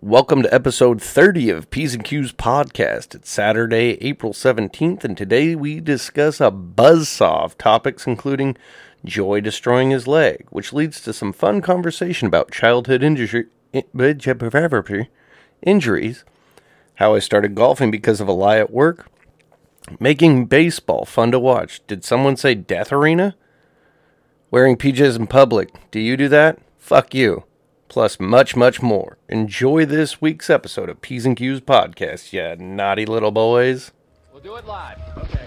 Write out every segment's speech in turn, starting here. Welcome to episode 30 of P's and Q's podcast. It's Saturday, April 17th, and today we discuss a buzzsaw of topics including Joy destroying his leg, which leads to some fun conversation about childhood injury, injuries, how I started golfing because of a lie at work, making baseball fun to watch. Did someone say death arena? Wearing PJs in public. Do you do that? Fuck you. Plus, much, much more. Enjoy this week's episode of P's and Q's podcast, ya naughty little boys. We'll do it live. Okay.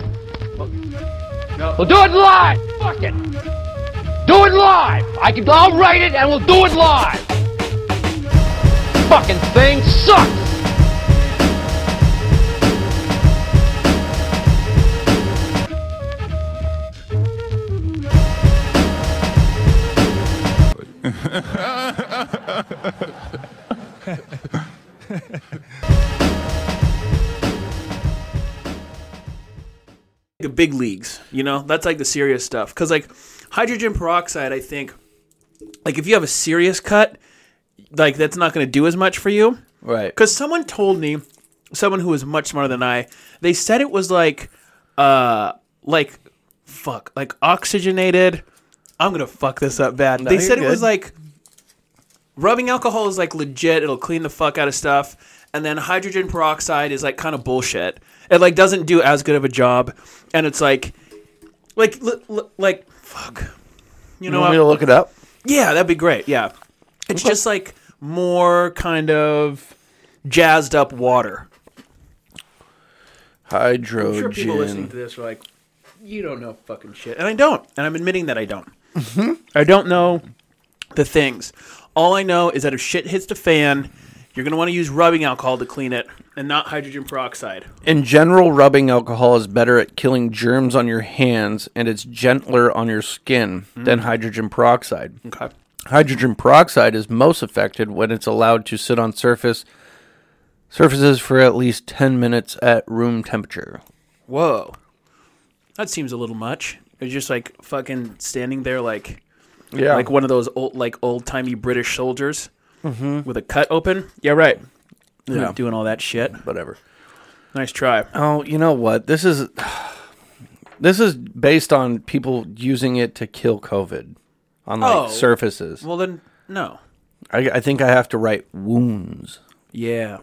We'll do it live. Fuck it. Do it live. I can. I'll write it and we'll do it live. Fucking thing sucks. the big leagues. You know, that's like the serious stuff. Because like hydrogen peroxide, I think, like if you have a serious cut, like that's not going to do as much for you. Right. Because someone told me, someone who is much smarter than I, they said it was like, uh, like, fuck, like oxygenated. I'm gonna fuck this up bad. they you're said it was good. like rubbing alcohol is like legit. It'll clean the fuck out of stuff. And then hydrogen peroxide is like kind of bullshit. It like doesn't do as good of a job. And it's like, like, li- li- like, fuck. You You know, want me I'm- to look it up? yeah, that'd be great. Yeah. It's just like more kind of jazzed up water. Hydrogen. I'm sure people listening to this are like, you don't know fucking shit. Mm-hmm. And I don't. And I'm admitting that I don't. I don't know the things. All I know is that if shit hits the fan, you're going to want to use rubbing alcohol to clean it and not hydrogen peroxide. In general, rubbing alcohol is better at killing germs on your hands and it's gentler on your skin Hmm. than hydrogen peroxide. Okay. Hydrogen peroxide is most affected when it's allowed to sit on surface surfaces for at least 10 minutes at room temperature. Whoa. That seems a little much. It's just like fucking standing there like Yeah. like one of those old like old timey British soldiers with a cut open. Mm-hmm. Yeah, right. Yeah. Doing all that shit. whatever. Nice try. Oh, you know what? This is this is based on people using it to kill COVID on like Oh. surfaces. Well then, no. I, I think I have to write wounds. Yeah.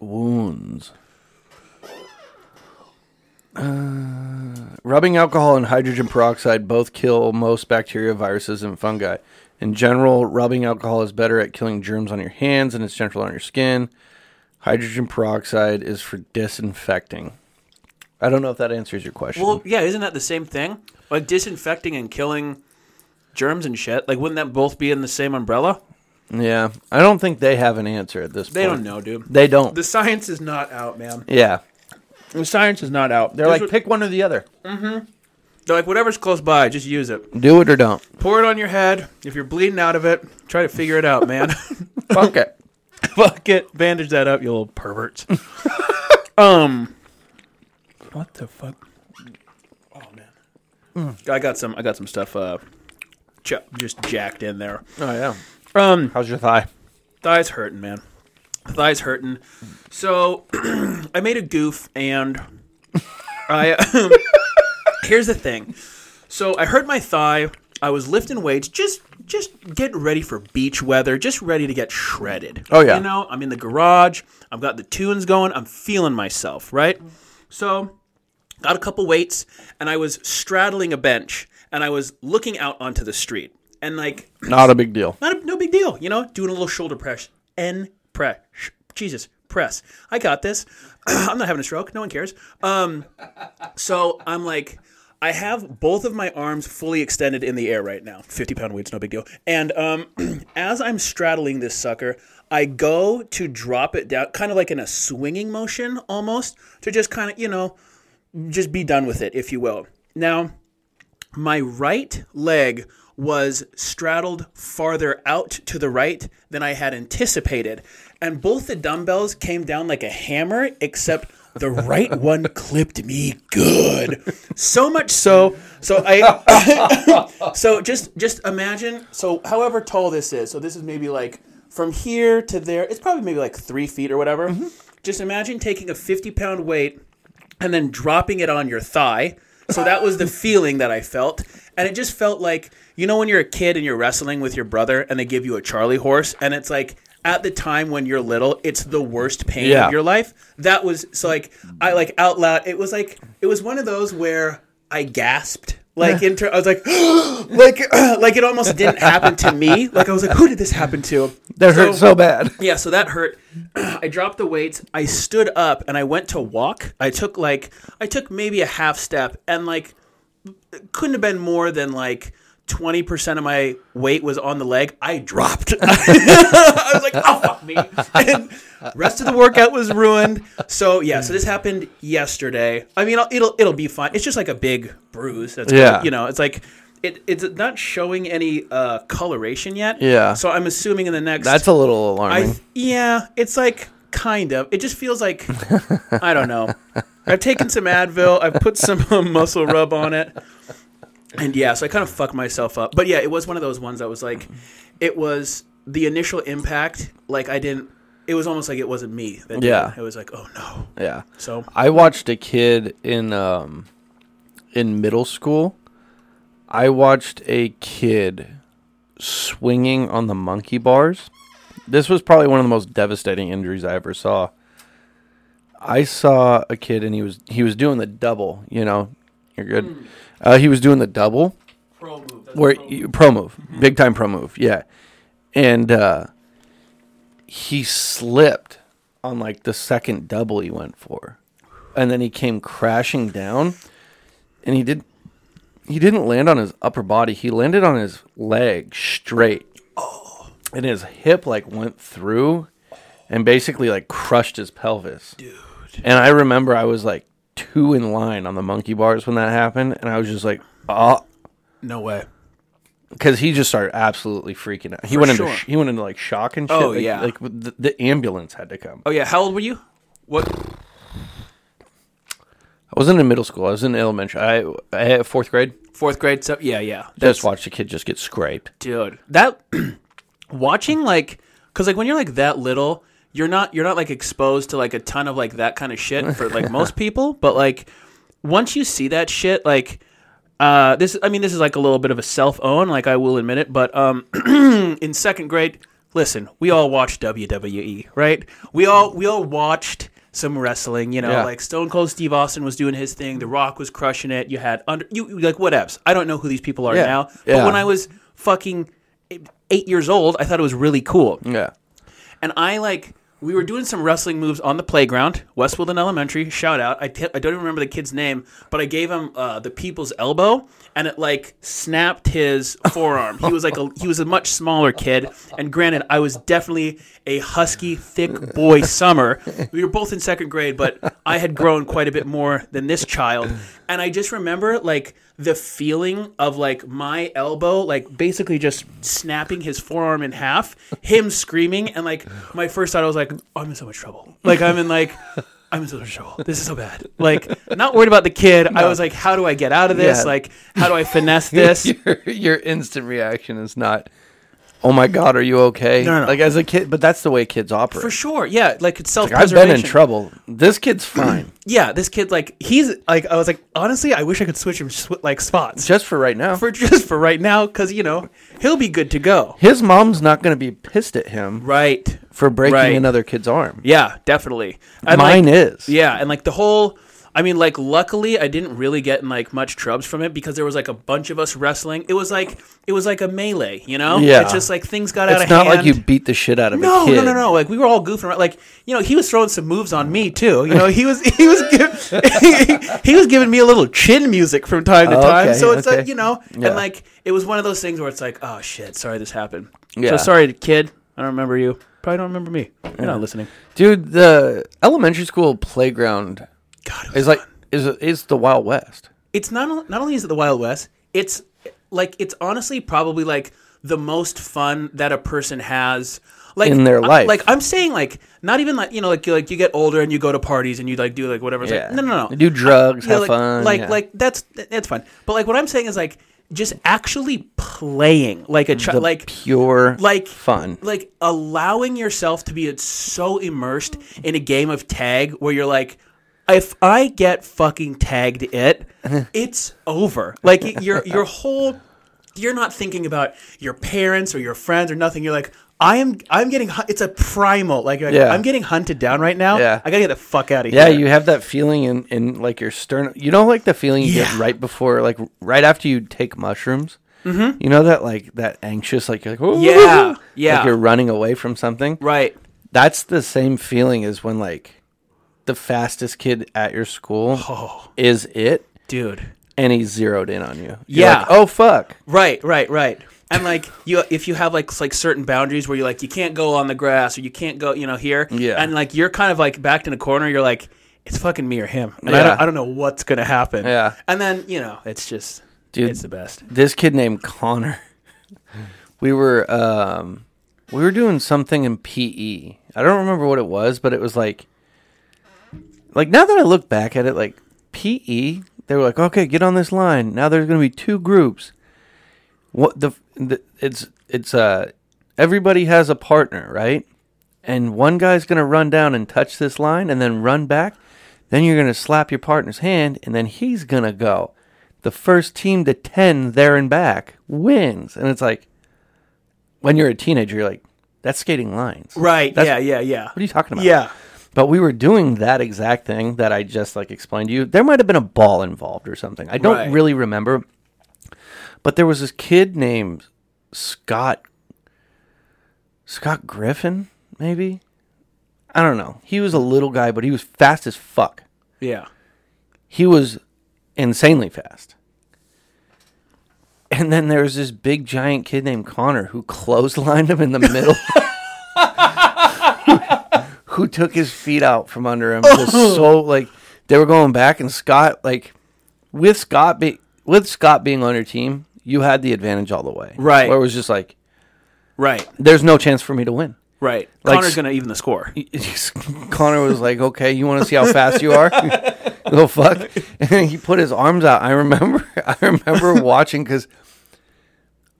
Wounds. Uh, rubbing alcohol and hydrogen peroxide both kill most bacteria, viruses, and fungi. In general, rubbing alcohol is better at killing germs on your hands and it's gentle on your skin. Hydrogen peroxide is for disinfecting. I don't know if that answers your question. Well, yeah, isn't that the same thing? Like disinfecting and killing germs and shit. Like, wouldn't that both be in the same umbrella? yeah, I don't think they have an answer at this They point. don't know, dude. They don't. The science is not out, man. yeah, The science is not out. they're like pick one or the other. they're like whatever's close by, just use it. Do it or don't. Pour it on your head. If you're bleeding out of it, try to figure it out, man. Fuck it. Fuck it. Bandage that up, you little Um, perverts. um, what the fuck? Mm. Oh man, I got some. I got some stuff. Uh, ju- just jacked in there. Oh yeah. Um, How's your thigh? thighs hurting, man. Thighs hurting. So I made a goof, and I. here's the thing. So I hurt my thigh. I was lifting weights, just just getting ready for beach weather, just ready to get shredded. Oh, yeah. You know, I'm in the garage. I've got the tunes going. I'm feeling myself, right? So got a couple weights, and I was straddling a bench, and I was looking out onto the street, and like Not a big deal. not a, no big deal, you know, doing a little shoulder press and press. Jesus, press. I got this. I'm not having a stroke. No one cares. Um, so I'm like, I have both of my arms fully extended in the air right now. 50 pound weights, no big deal. And um, as I'm straddling this sucker, I go to drop it down, kind of like in a swinging motion almost, to just kind of, you know, just be done with it, if you will. Now, my right leg was straddled farther out to the right than I had anticipated. And both the dumbbells came down like a hammer, except the right one clipped me good. So much so. So I so just just imagine so however tall this is, so this is maybe like from here to there, it's probably maybe like three feet or whatever. Just imagine taking a 50 pound weight and then dropping it on your thigh. So that was the feeling that I felt. And it just felt like, you know, when you're a kid and you're wrestling with your brother and they give you a Charlie horse, and it's like, at the time when you're little, it's the worst pain Yeah. of your life. That was so like I like out loud. It was like it was one of those where I gasped. Like inter- I was like, like, like it almost didn't happen to me. Like I was like, who did this happen to? That hurt so bad. Yeah, so that hurt. I dropped the weights. I stood up and I went to walk. I took like I took maybe a half step and like couldn't have been more than like 20% of my weight was on the leg. I dropped. I was like, "Oh fuck me." And rest of the workout was ruined. So, yeah, so this happened yesterday. I mean, it'll it'll be fine. It's just like a big bruise. That's Yeah. you know, it's like it, it's not showing any uh, coloration yet. Yeah. So I'm assuming in the next That's a little alarming. I yeah, it's like kind of. It just feels like I don't know. I've taken some Advil. I've put some um, muscle rub on it, and yeah, so I kind of fucked myself up. But yeah, it was one of those ones that was like, it was the initial impact. Like I didn't. It was almost like it wasn't me. That did Yeah. it. it was like oh no. yeah. So I watched a kid in um in middle school. I watched a kid swinging on the monkey bars. This was probably one of the most devastating injuries I ever saw. I saw a kid and he was he was doing the double, you know. You're good. Uh, he was doing the double pro move. where you- pro move, big time pro move, yeah. And uh, he slipped on like the second double he went for, and then he came crashing down, and he did. He didn't land on his upper body. He landed on his leg straight, and his hip like went through, and basically like crushed his pelvis. Dude. And I remember I was like two in line on the monkey bars when that happened, and I was just like, oh no way. because he just started absolutely freaking out. He went into sure. sh- he went into like shock and shit. Oh, like, yeah. like the, the ambulance had to come. Oh yeah, how old were you? What? I wasn't in middle school. I was in elementary. I, I fourth grade. Fourth grade? So yeah, yeah. Just watched a kid just get scraped. dude that watching like because like when you're like that little you're not you're not like exposed to like a ton of like that kind of shit for like most people but like once you see that shit like uh this i mean this is like a little bit of a self own like i will admit it but um in second grade listen we all watched wwe right we all we all watched some wrestling you know Yeah. like stone cold steve austin was doing his thing the rock was crushing it you had under you you- like whatevs i don't know who these people are Yeah. now but Yeah. when i was fucking eight years old i thought it was really cool Yeah. and I like we were doing some wrestling moves on the playground, West Woodland Elementary. Shout out! I t- I don't even remember the kid's name, but I gave him uh, the people's elbow, and it like snapped his forearm. He was like a he was a much smaller kid, and granted, I was definitely a husky, thick boy. Summer, we were both in second grade, but I had grown quite a bit more than this child, and I just remember like the feeling of like my elbow like basically just snapping his forearm in half him screaming and like my first thought i was like i'm in so much trouble like i'm in like i'm in so much trouble this is so bad like not worried about the kid i was like how do i get out of this Yeah. like how do i finesse this your, your instant reaction is not. Oh my god, are you okay? No, no, no. Like as a kid, but that's the way kids operate. for sure yeah like it's I've self-preservation been in trouble. This kid's fine, yeah this kid like he's like i was like honestly i wish i could switch him sw- like spots just for right now. for just for right now because you know he'll be good to go His mom's not going to be pissed at him right for breaking Right. another kid's arm. Yeah, definitely. And Mine like- is. Yeah, and like the whole I mean, like luckily I didn't really get in like much trubs from it because there was like a bunch of us wrestling. It was like it was like a melee, you know? Yeah. It's just like things got out It's of not hand. like you beat the shit out of no, a kid. no, no, no. Like we were all goofing around. Like you know, he was throwing some moves on me too. You know, he was he was give, he was giving me a little chin music from time to Oh, time. okay, so it's okay. like you know, Yeah. and like it was one of those things where it's like, oh shit, sorry this happened. Yeah. So sorry, kid. I don't remember you. Probably don't remember me. You're not listening. Dude, the elementary school playground God, it was is like is is the Wild West. it's not on- not only is it the Wild West, it's like it's honestly probably like the most fun that a person has like In their I- life. like I'm saying like not even like you know like you like you get older and you go to parties and you like do like whatever. It's like no no no. They do drugs, Yeah, have like, fun. Like yeah. like that's that's fun. But like what I'm saying is like just actually playing like a child, like Pure like fun. like allowing yourself to be so immersed in a game of tag where you're like if i get fucking tagged it it's over like your your whole you're not thinking about your parents or your friends or nothing you're like i am i'm getting hu- it's a primal like, you're like, Yeah. i'm getting hunted down right now Yeah. i gotta get the fuck out of Yeah, here you have that feeling in, in like your sternum. You know, like the feeling you get Yeah. right before, like right after you take mushrooms. Mm-hmm. You know that like that anxious, like you're like, "Ooh, Yeah, woo-hoo," yeah. like you're running away from something. right That's the same feeling as when like the fastest kid at your school Oh. is it, dude and he's zeroed in on you. You're Yeah. like, oh fuck. Right, right, right. And like you, if you have like like certain boundaries where you're like you can't go on the grass or you can't go, you know, here. Yeah. And like you're kind of like backed in a corner. You're like, it's fucking me or him. And I Yeah. don't, I don't know what's gonna happen. Yeah. And then you know, it's just, Dude. it's the best. this kid named Connor. We were um we were doing something in PE. I don't remember what it was, but it was like like now that I look back at it like PE, they were like, "Okay, get on this line. Now there's going to be two groups." What the, the it's it's uh everybody has a partner, right? And one guy's going to run down and touch this line and then run back. Then you're going to slap your partner's hand and then he's going to go the first team to 10 there and back wins. And it's like, when you're a teenager, you're like, that's skating lines. Right. That's- yeah. Yeah. Yeah. What are you talking about? Yeah. But we were doing that exact thing that I just like explained to you. There might have been a ball involved or something. I don't Right. really remember. But there was this kid named Scott Scott Griffin, maybe? I don't know. He was a little guy, but he was fast as fuck Yeah. he was insanely fast. And then there was this big giant kid named Connor who clotheslined him in the middle. who took his feet out from under him just so like they were going back and Scott like with Scott be with Scott being on your team, you had the advantage all the way. Right. Where it was just like Right. there's no chance for me to win. Right. Like- Connor's gonna even the score. Connor was like, "Okay, you want to see how fast you are, little fuck?" And then he put his arms out. I remember, I remember watching because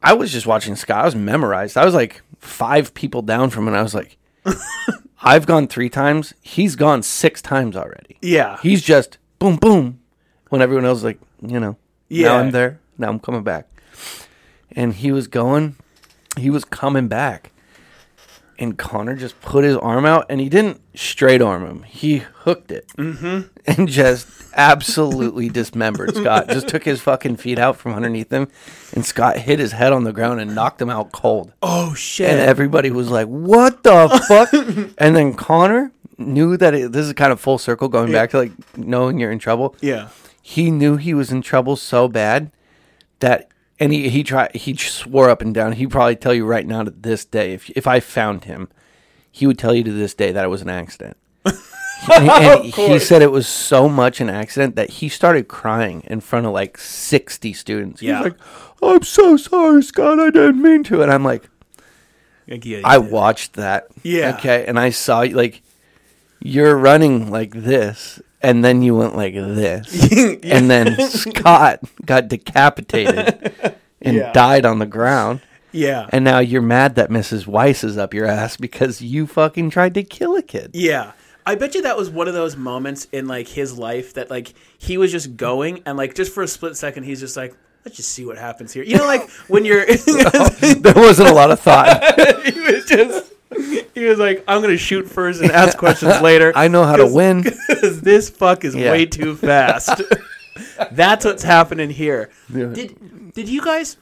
I was just watching Scott. I was memorized. I was like five people down from, and I was like, "I've gone three times. He's gone six times already. Yeah. He's just boom, boom." When everyone else is like, you know, Yeah. now I'm there. Now I'm coming back. And he was going, he was coming back and Connor just put his arm out and he didn't straight arm him. He hooked it Mm-hmm. and just absolutely dismembered Scott. Just took his fucking feet out from underneath him and Scott hit his head on the ground and knocked him out cold. oh shit. And everybody was like, "What the fuck?" and then Connor knew that it, this is kind of full circle going back to like knowing you're in trouble yeah. he knew he was in trouble so bad that and he he tried he swore up and down he'd probably tell you right now to this day if if i found him he would tell you to this day that it was an accident and, and he said it was so much an accident that he started crying in front of like 60 students He was Yeah. like i'm so sorry scott i didn't mean to and i'm like Like, yeah, I yeah. watched that. Yeah. Okay. And I saw you like you're running like this, and then you went like this, and then Scott got decapitated and Yeah. died on the ground, Yeah. and now you're mad that Mrs. Weiss is up your ass because you fucking tried to kill a kid. Yeah. I bet you that was one of those moments in like his life that like he was just going and like just for a split second he's just like let's just see what happens here. You know like when you're he There wasn't a lot of thought. was just he was like I'm going to shoot first and ask questions later. I know how to win. Cuz this fuck is Yeah. way too fast. That's what's happening here. Did did you guys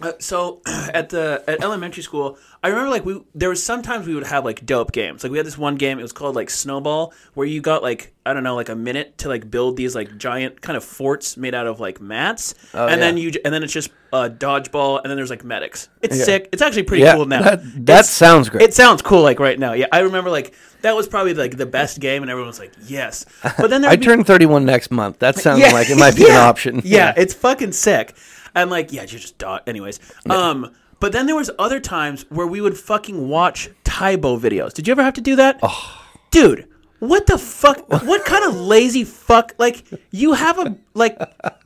uh, so at the at elementary school, I remember like we there was sometimes we would have like dope games. Like we had this one game, it was called like Snowball, where you got like I don't know like a minute to like build these like giant kind of forts made out of like mats, and then Oh, yeah. you j- and then it's just uh, dodgeball, and then there's like medics. It's Yeah. sick. It's actually pretty Yeah, cool now. that, that It's- sounds great. it sounds cool like right now. Yeah, I remember like that was probably like the best game, and everyone was like yes. But then there I would be- turned 31 next month. That sounds like it might be an yeah. option. Yeah, it's fucking sick. And like, yeah, you just dot. Anyways, um, but then there was other times where we would fucking watch Tybo videos. Did you ever have to do that? Oh. Dude, What the fuck? What kind of lazy fuck? Like you have a like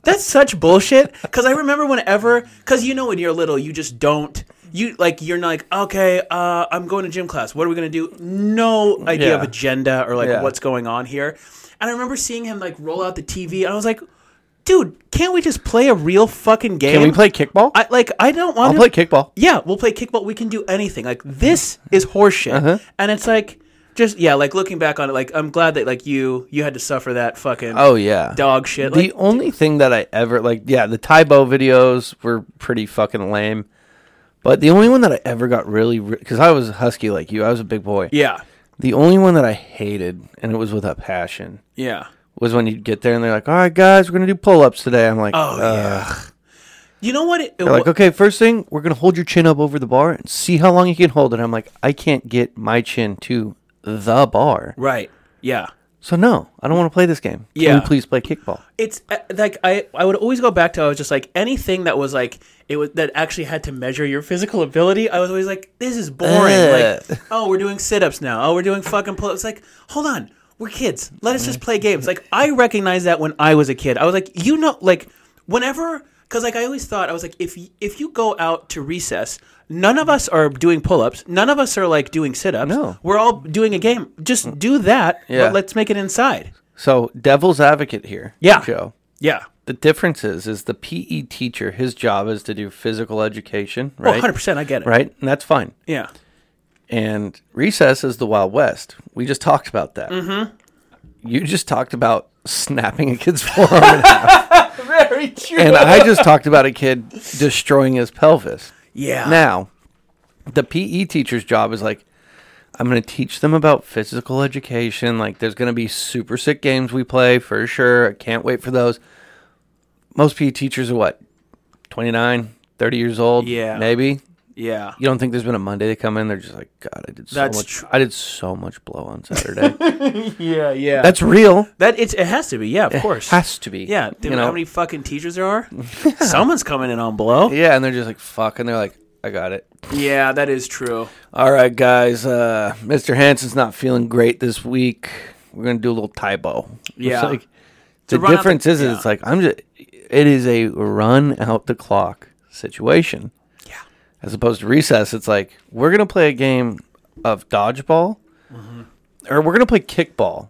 that's such bullshit. Because I remember whenever, because you know when you're little, you just don't. You like you're not like okay, uh, I'm going to gym class. What are we gonna do? No idea of Yeah. agenda or like Yeah. what's going on here. And I remember seeing him like roll out the TV, and I was like, dude, can't we just play a real fucking game? Can we play kickball? I like I don't want I'll to play kickball. yeah, we'll play kickball. We can do anything. Like this is horseshit, Uh-huh. and it's like just yeah. Like looking back on it, like I'm glad that like you you had to suffer that fucking Oh yeah. dog shit. The Like, only thing that I ever like, yeah, the Tybo videos were pretty fucking lame. But the only one that I ever got really, because I was husky like you, I was a big boy. yeah, The only one that I hated, and it was with a passion, yeah. was when you get there and they're like, "All right, guys, we're gonna do pull-ups today." I'm like, Oh yeah. You know what? It, it They're like, wa- okay, first thing, we're gonna hold your chin up over the bar and see how long you can hold it. I'm like, I can't get my chin to the bar, right? Yeah. so no, I don't want to play this game. Can Yeah. we please play kickball? It's uh, like I I would always go back to I was just like anything that was like it was that actually had to measure your physical ability. I was always like, this is boring. Ugh. Like, oh, we're doing sit ups now. Oh, we're doing fucking pull ups. Like, hold on, we're kids. Let us just Mm-hmm. play games. Like, I recognize that when I was a kid, I was like, you know, like whenever because like I always thought I was like, if y- if you go out to recess. None of us are doing pull-ups. None of us are like doing sit-ups. No. We're all doing a game. Just do that, Yeah. but let's make it inside. So, devil's advocate here, Yeah. Joe. Yeah. The difference is, is the PE teacher, his job is to do physical education, Oh, right? 100%, I get it. Right, and that's fine. Yeah. And recess is the Wild West. We just talked about that. Mm-hmm. You just talked about snapping a kid's forearm, in half, Very true. and I just talked about a kid destroying his pelvis. Yeah. Now, the PE teacher's job is like, I'm going to teach them about physical education. Like, there's going to be super sick games we play for sure. I can't wait for those. Most PE teachers are what, 29, 30 years old? Yeah. Maybe. yeah. You don't think there's been a Monday they come in? They're just like, God, I did so That's much. tr- I did so much blow on Saturday. Yeah, yeah. That's real. that it's, it has to be. Yeah, of course. Has to be. yeah. Do You you know how know. many fucking teachers there are? Someone's coming in on blow. Yeah, Yeah, and they're just like, fuck, and they're like, I got it. that is true. All right, guys. Uh, Mr. Hansen's not feeling great this week. We're gonna do a little Tybo. Yeah. It's like, the run out difference the- is, is yeah. it's like I'm just. It is a run out the clock situation. Yeah. As opposed to recess, it's like we're gonna play a game of dodgeball, or we're gonna play kickball.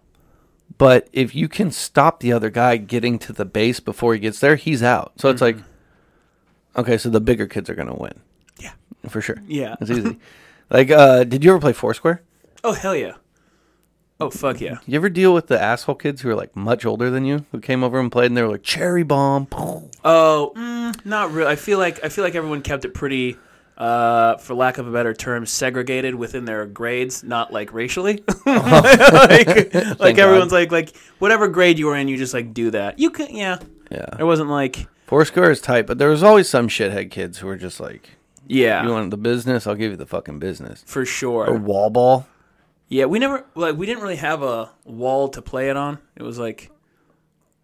But if you can stop the other guy getting to the base before he gets there, he's out. So it's like, okay, so the bigger kids are gonna win Mm-hmm. Yeah. for sure. Yeah. it's easy. like, uh, did you ever play Foursquare? Oh hell yeah. Oh fuck yeah. You ever deal with the asshole kids who are like much older than you who came over and played and they were like cherry bomb? Oh, mm, not real. I feel like I feel like everyone kept it pretty. Uh, for lack of a better term, segregated within their grades, not like racially. Oh. like, like everyone's like like whatever grade you were in, you just like do that. You can, yeah. Yeah, It wasn't like, Foursquare is tight, but there was always some shithead kids who were just like, yeah, "You want the business? I'll give you the fucking business." for sure. Or wall ball. Yeah, we never like we didn't really have a wall to play it on. It was like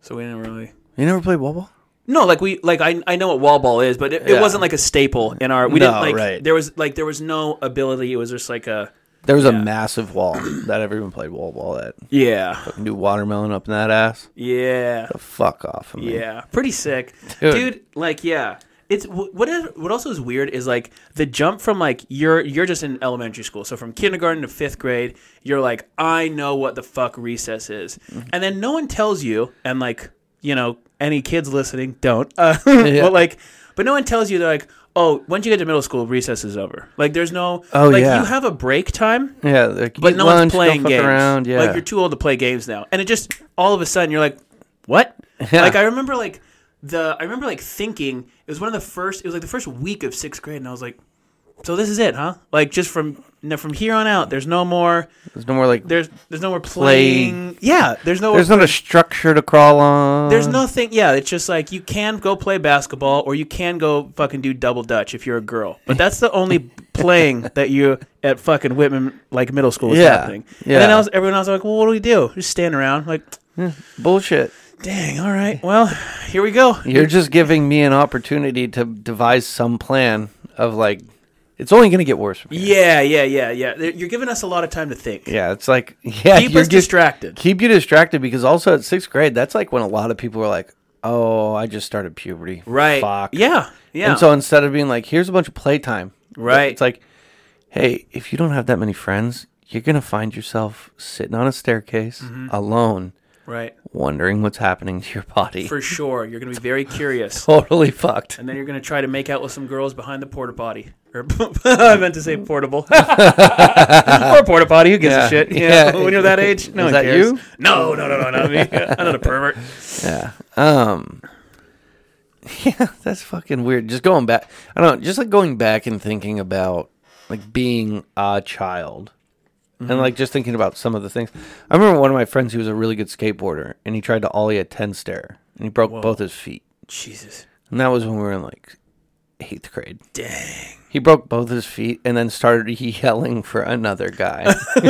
so we didn't really You never played wall ball? no like we like I I know what wall ball is, but it, Yeah. it wasn't like a staple in our we No, didn't like right. there was like there was no ability. It was just like a There was a massive wall that everyone played wall ball at. yeah Do watermelon up in that ass? yeah The fuck off of me. yeah pretty sick Dude. dude. like yeah. It's wh- what is what also is weird is like the jump from like you're you're just in elementary school so from kindergarten to fifth grade you're like I know what the fuck recess is Mm-hmm. and then no one tells you and like you know any kids listening don't uh, but like but no one tells you they're like oh once you get to middle school recess is over like there's no Oh, like yeah. you have a break time yeah. Like, but eat no lunch, one's don't playing fuck games. around. Yeah, Like you're too old to play games now. And it just all of a sudden you're like, what? Yeah. Like I remember like the I remember like thinking it was one of the first it was like the first week of sixth grade and I was like, so this is it, huh? Like just from now from here on out, there's no more there's no more like there's there's no more Play. playing. Yeah, there's no there's not a structure to crawl on. there's nothing. Yeah, it's just like you can go play basketball or you can go fucking do double dutch if you're a girl. But that's the only playing that you at fucking Whitman like middle school is Yeah, happening. yeah. And then I was, everyone else was like, well, what do we do? Just stand around. Like, bullshit. dang, all right, well, here we go. You're just giving me an opportunity to devise some plan of like, It's only going to get worse. From here. Yeah, yeah, yeah, yeah. There- You're giving us a lot of time to think. Yeah, it's like yeah, Keep you're us just- distracted. Keep you distracted because also at sixth grade, that's like when a lot of people are like, "Oh, I just started puberty." Right. Fuck. Yeah. Yeah. And so instead of being like, "Here's a bunch of playtime," Right. It's like, "Hey, if you don't have that many friends, you're gonna find yourself sitting on a staircase Mm-hmm. alone, right. wondering what's happening to your body." For sure. You're going to be very curious. totally fucked. And then you're going to try to make out with some girls behind the porta potty. Or, I meant to say portable. or porta potty. Who gives Mm. Yeah. a shit? Yeah. Yeah. When you're that age, no Is one that cares. you? No, no, no, no, not me. I'm not a pervert. Um. Yeah, that's fucking weird. Just going back, I don't know, just like going back and thinking about like being a child. Mm-hmm. and like just thinking about some of the things. I remember one of my friends who was a really good skateboarder, and he tried to ollie a ten stair, and he broke both his feet. Jesus. And that was when we were in like eighth grade. Dang. He broke both his feet, and then started yelling for another guy.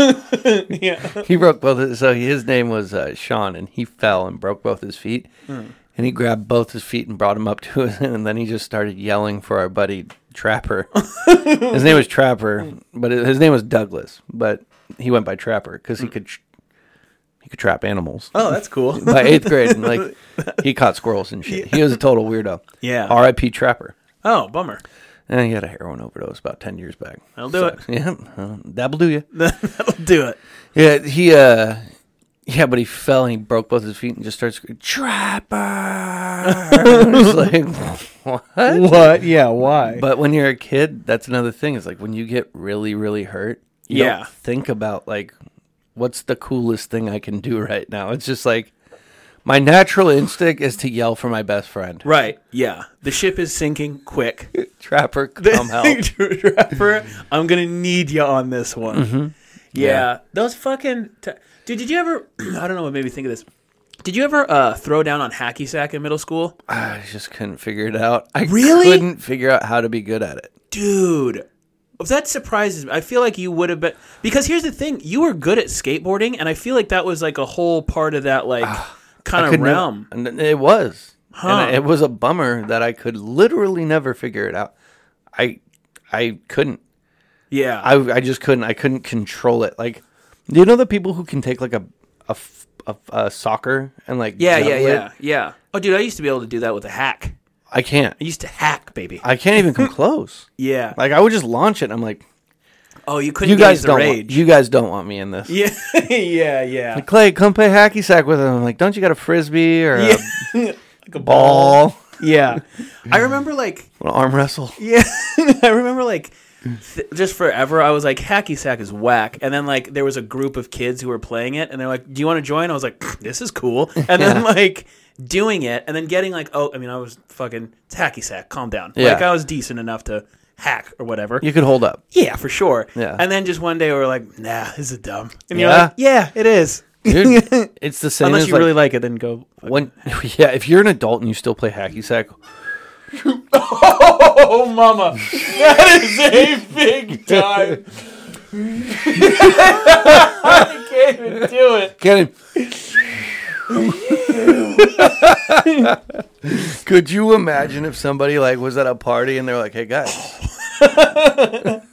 Yeah. he broke both. His, so his name was uh, Sean, and he fell and broke both his feet. Hmm. And he grabbed both his feet and brought him up to us, and then he just started yelling for our buddy Trapper. his name was Trapper, but his name was Douglas, but he went by Trapper because he Hmm. could tr- he could trap animals. Oh, that's cool. By eighth grade, and like he caught squirrels and shit. He was a total weirdo. Yeah. R.I.P. Trapper. Oh, bummer. And he had a heroin overdose about ten years back. That'll do it. Yeah, uh, that'll do you. That'll do it. Yeah, he uh yeah, but he fell and he broke both his feet and just started screaming, Trapper I was like what? What? Yeah, why? But when you're a kid, that's another thing. It's like when you get really, really hurt, you Yeah. don't think about like what's the coolest thing I can do right now. It's just like my natural instinct is to yell for my best friend. Right. Yeah. The ship is sinking quick. Trapper, come help. Trapper, I'm gonna need you on this one. Yeah. Mm-hmm. Yeah. those fucking t- dude. Did you ever? I don't know what made me think of this. Did you ever uh, throw down on hacky sack in middle school, I just couldn't figure it out. I Really? couldn't figure out how to be good at it. dude? That surprises me. I feel like you would have been because here's the thing: you were good at skateboarding, and I feel like that was like a whole part of that like kind of could nev- realm. and it was. Huh. And it was a bummer that I could literally never figure it out. I I couldn't. yeah, I I just couldn't. I couldn't control it. Like you know the people who can take like a a, f- a- a soccer and like yeah, yeah, juggle it? yeah, yeah. Oh, dude, I used to be able to do that with a hack. I can't. I used to hack, baby. I can't even come close. yeah. Like I would just launch it. and I'm like oh, you couldn't. you guys gauge the don't rage. want, you guys don't want me in this. Yeah, yeah, yeah. Clay, come play hacky sack with them. I'm like, don't you got a frisbee or a Like a ball, Yeah. I remember like an arm wrestle? yeah, I remember like th- just forever I was like hacky sack is whack and then like there was a group of kids who were playing it and they're like do you want to join? I was like this is cool. And then like doing it and then getting like oh I mean I was fucking it's hacky sack, calm down. Yeah. Like I was decent enough to hack or whatever. You could hold up. yeah, for sure. Yeah. And then just one day we were like nah, this is dumb. And you're Yeah. like yeah, it is. Dude, it's the same. Unless as you like, really like it then go When yeah, if you're an adult and you still play hacky sack, Oh, mama, that is a big time. I can't even do it. Kenny. Could you imagine if somebody like was at a party and they're like, "Hey guys,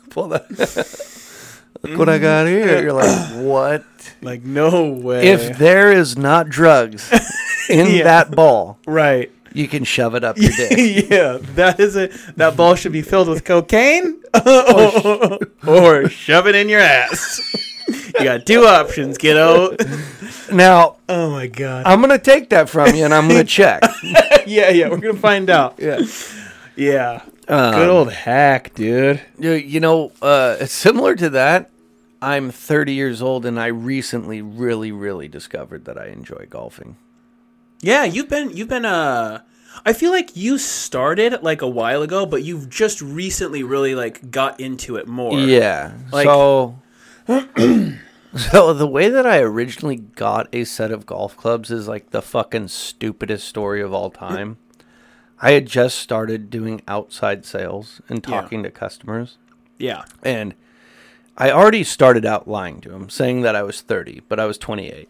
pull that. Look what I got here." You're like, "What?" Like no way. Mm-hmm. If there is not drugs in Yeah. that ball, right, you can shove it up your dick. yeah, that is a that ball should be filled with cocaine or, or shove it in your ass. You got two options, kiddo. now Oh my god. I'm gonna take that from you and I'm gonna check. Yeah, yeah, we're gonna find out. yeah. Yeah, Um, Good old hack, dude. You, you know, uh, similar to that, I'm 30 years old and I recently really, really discovered that I enjoy golfing. yeah. You've been you've been uh. I feel like you started like a while ago, but you've just recently really like got into it more. yeah. like- so, so the way that I originally got a set of golf clubs is like the fucking stupidest story of all time. I had just started doing outside sales and Yeah. talking to customers. Yeah. And I already started out lying to him, saying that I was 30, but I was 28.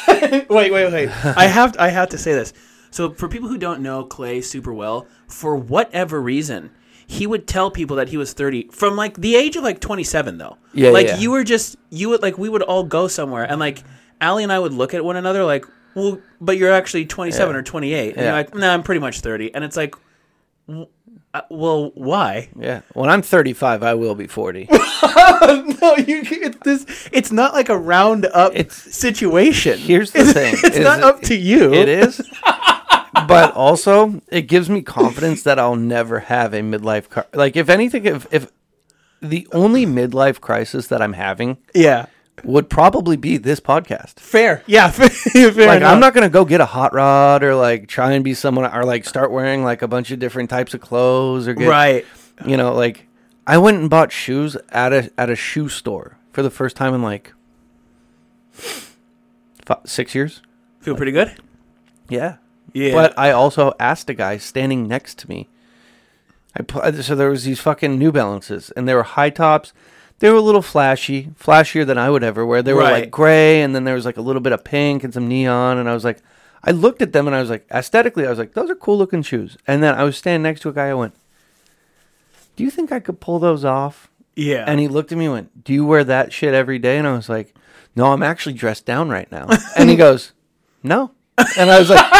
Wait, wait, wait. I have I have to say this. So for people who don't know Clay super well, for whatever reason, he would tell people that he was 30 from like the age of like 27 though. Yeah, Like yeah. you were just you would like we would all go somewhere and like Allie and I would look at one another like, "Well, but you're actually 27 or 28." And Yeah. you're like, "No, I'm pretty much 30." And it's like w- uh, well, why? Yeah. When I'm 35, I will be 40. No, you. It's this. It's not like a round up It's- situation. Here's the thing. It's is not it- up to you. It is. but also, it gives me confidence that I'll never have a midlife car. Like, if anything, if, if the only midlife crisis that I'm having Yeah. would probably be this podcast. Fair. Yeah. Fair Like, enough. I'm not going to go get a hot rod or like try and be someone or like start wearing like a bunch of different types of clothes or get, right. you know, like I went and bought shoes at a at a shoe store for the first time in like five, six years. Feel pretty good. Yeah. Yeah. But I also asked a guy standing next to me. I pu- so there was these fucking New Balances, and they were high tops. They were a little flashy, flashier than I would ever wear. They were Right. like gray, and then there was like a little bit of pink and some neon. And I was like, I looked at them, and I was like, aesthetically, I was like, those are cool looking shoes. And then I was standing next to a guy. I went, Do you think I could pull those off? yeah. And he looked at me and went, Do you wear that shit every day? And I was like, No, I'm actually dressed down right now. And he goes, No. And I was like,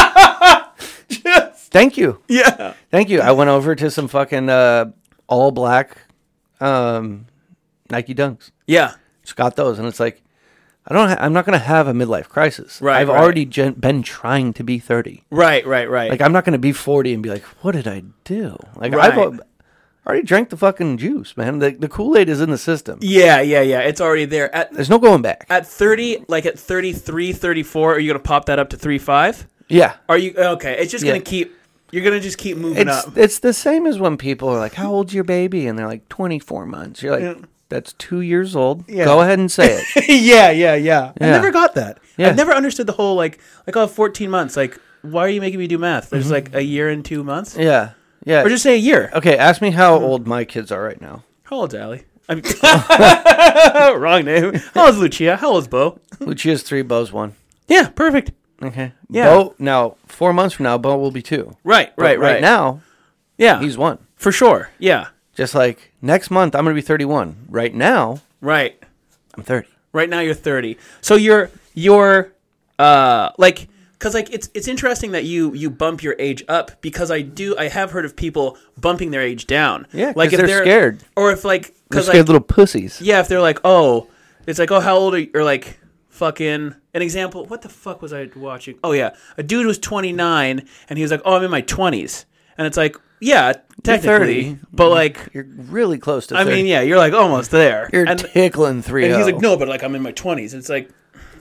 Thank you. yeah. Thank you. I went over to some fucking uh, all black um, Nike Dunks. Yeah. Just got those. And it's like, I don't, ha- I'm not going to have a midlife crisis. Right, I've right. already gen- been trying to be 30. Right. Right. Right. Like, I'm not going to be 40 and be like, What did I do? Like, I've Right. al- already drank the fucking juice, man. The, the Kool Aid is in the system. yeah. Yeah. Yeah. It's already there. At There's no going back. at 30, like at 33, 34, are you gonna pop that up to 35? Yeah. Are you okay? It's just Yeah. gonna keep. You're gonna just keep moving It's up. it's the same as when people are like, How old's your baby? And they're like, twenty four months. You're like, That's two years old. Go ahead and say it. yeah. Yeah. Yeah. I Yeah. never got that. Yeah. I've never understood the whole like like oh 14 months like. Why are you making me do math? There's like a year and two months, Mm-hmm. yeah. Oh. Yeah. or just Mm. say a year. okay, ask me how old my kids are right now. How old's Allie? I mean, wrong name. How old's Lucia? How old's Bo? Lucia's three, Bo's one. Yeah, perfect. Okay. Yeah. Bo now four months from now, Bo will be two. Right, But right, right. right now, yeah, he's one. for sure. Yeah, Just like next month I'm gonna be thirty one. Right now, right. I'm thirty. Right now you're 30. So you're you're uh like cuz like it's it's interesting that you you bump your age up because I do I have heard of people bumping their age down. Yeah, 'cause like they're scared. or if like They're cuz scared like little pussies. yeah, if they're like, oh, it's like, oh, how old are you? Or like, fucking, an example. What the fuck was I watching? Oh yeah, a dude was 29 and he was like, oh, I'm in my 20s, and it's like, yeah, technically, 30. but like, You're really close to I 30. mean, yeah, you're like almost there. You're and, tickling three. oh. and he's like, no, but like I'm in my 20s. It's like,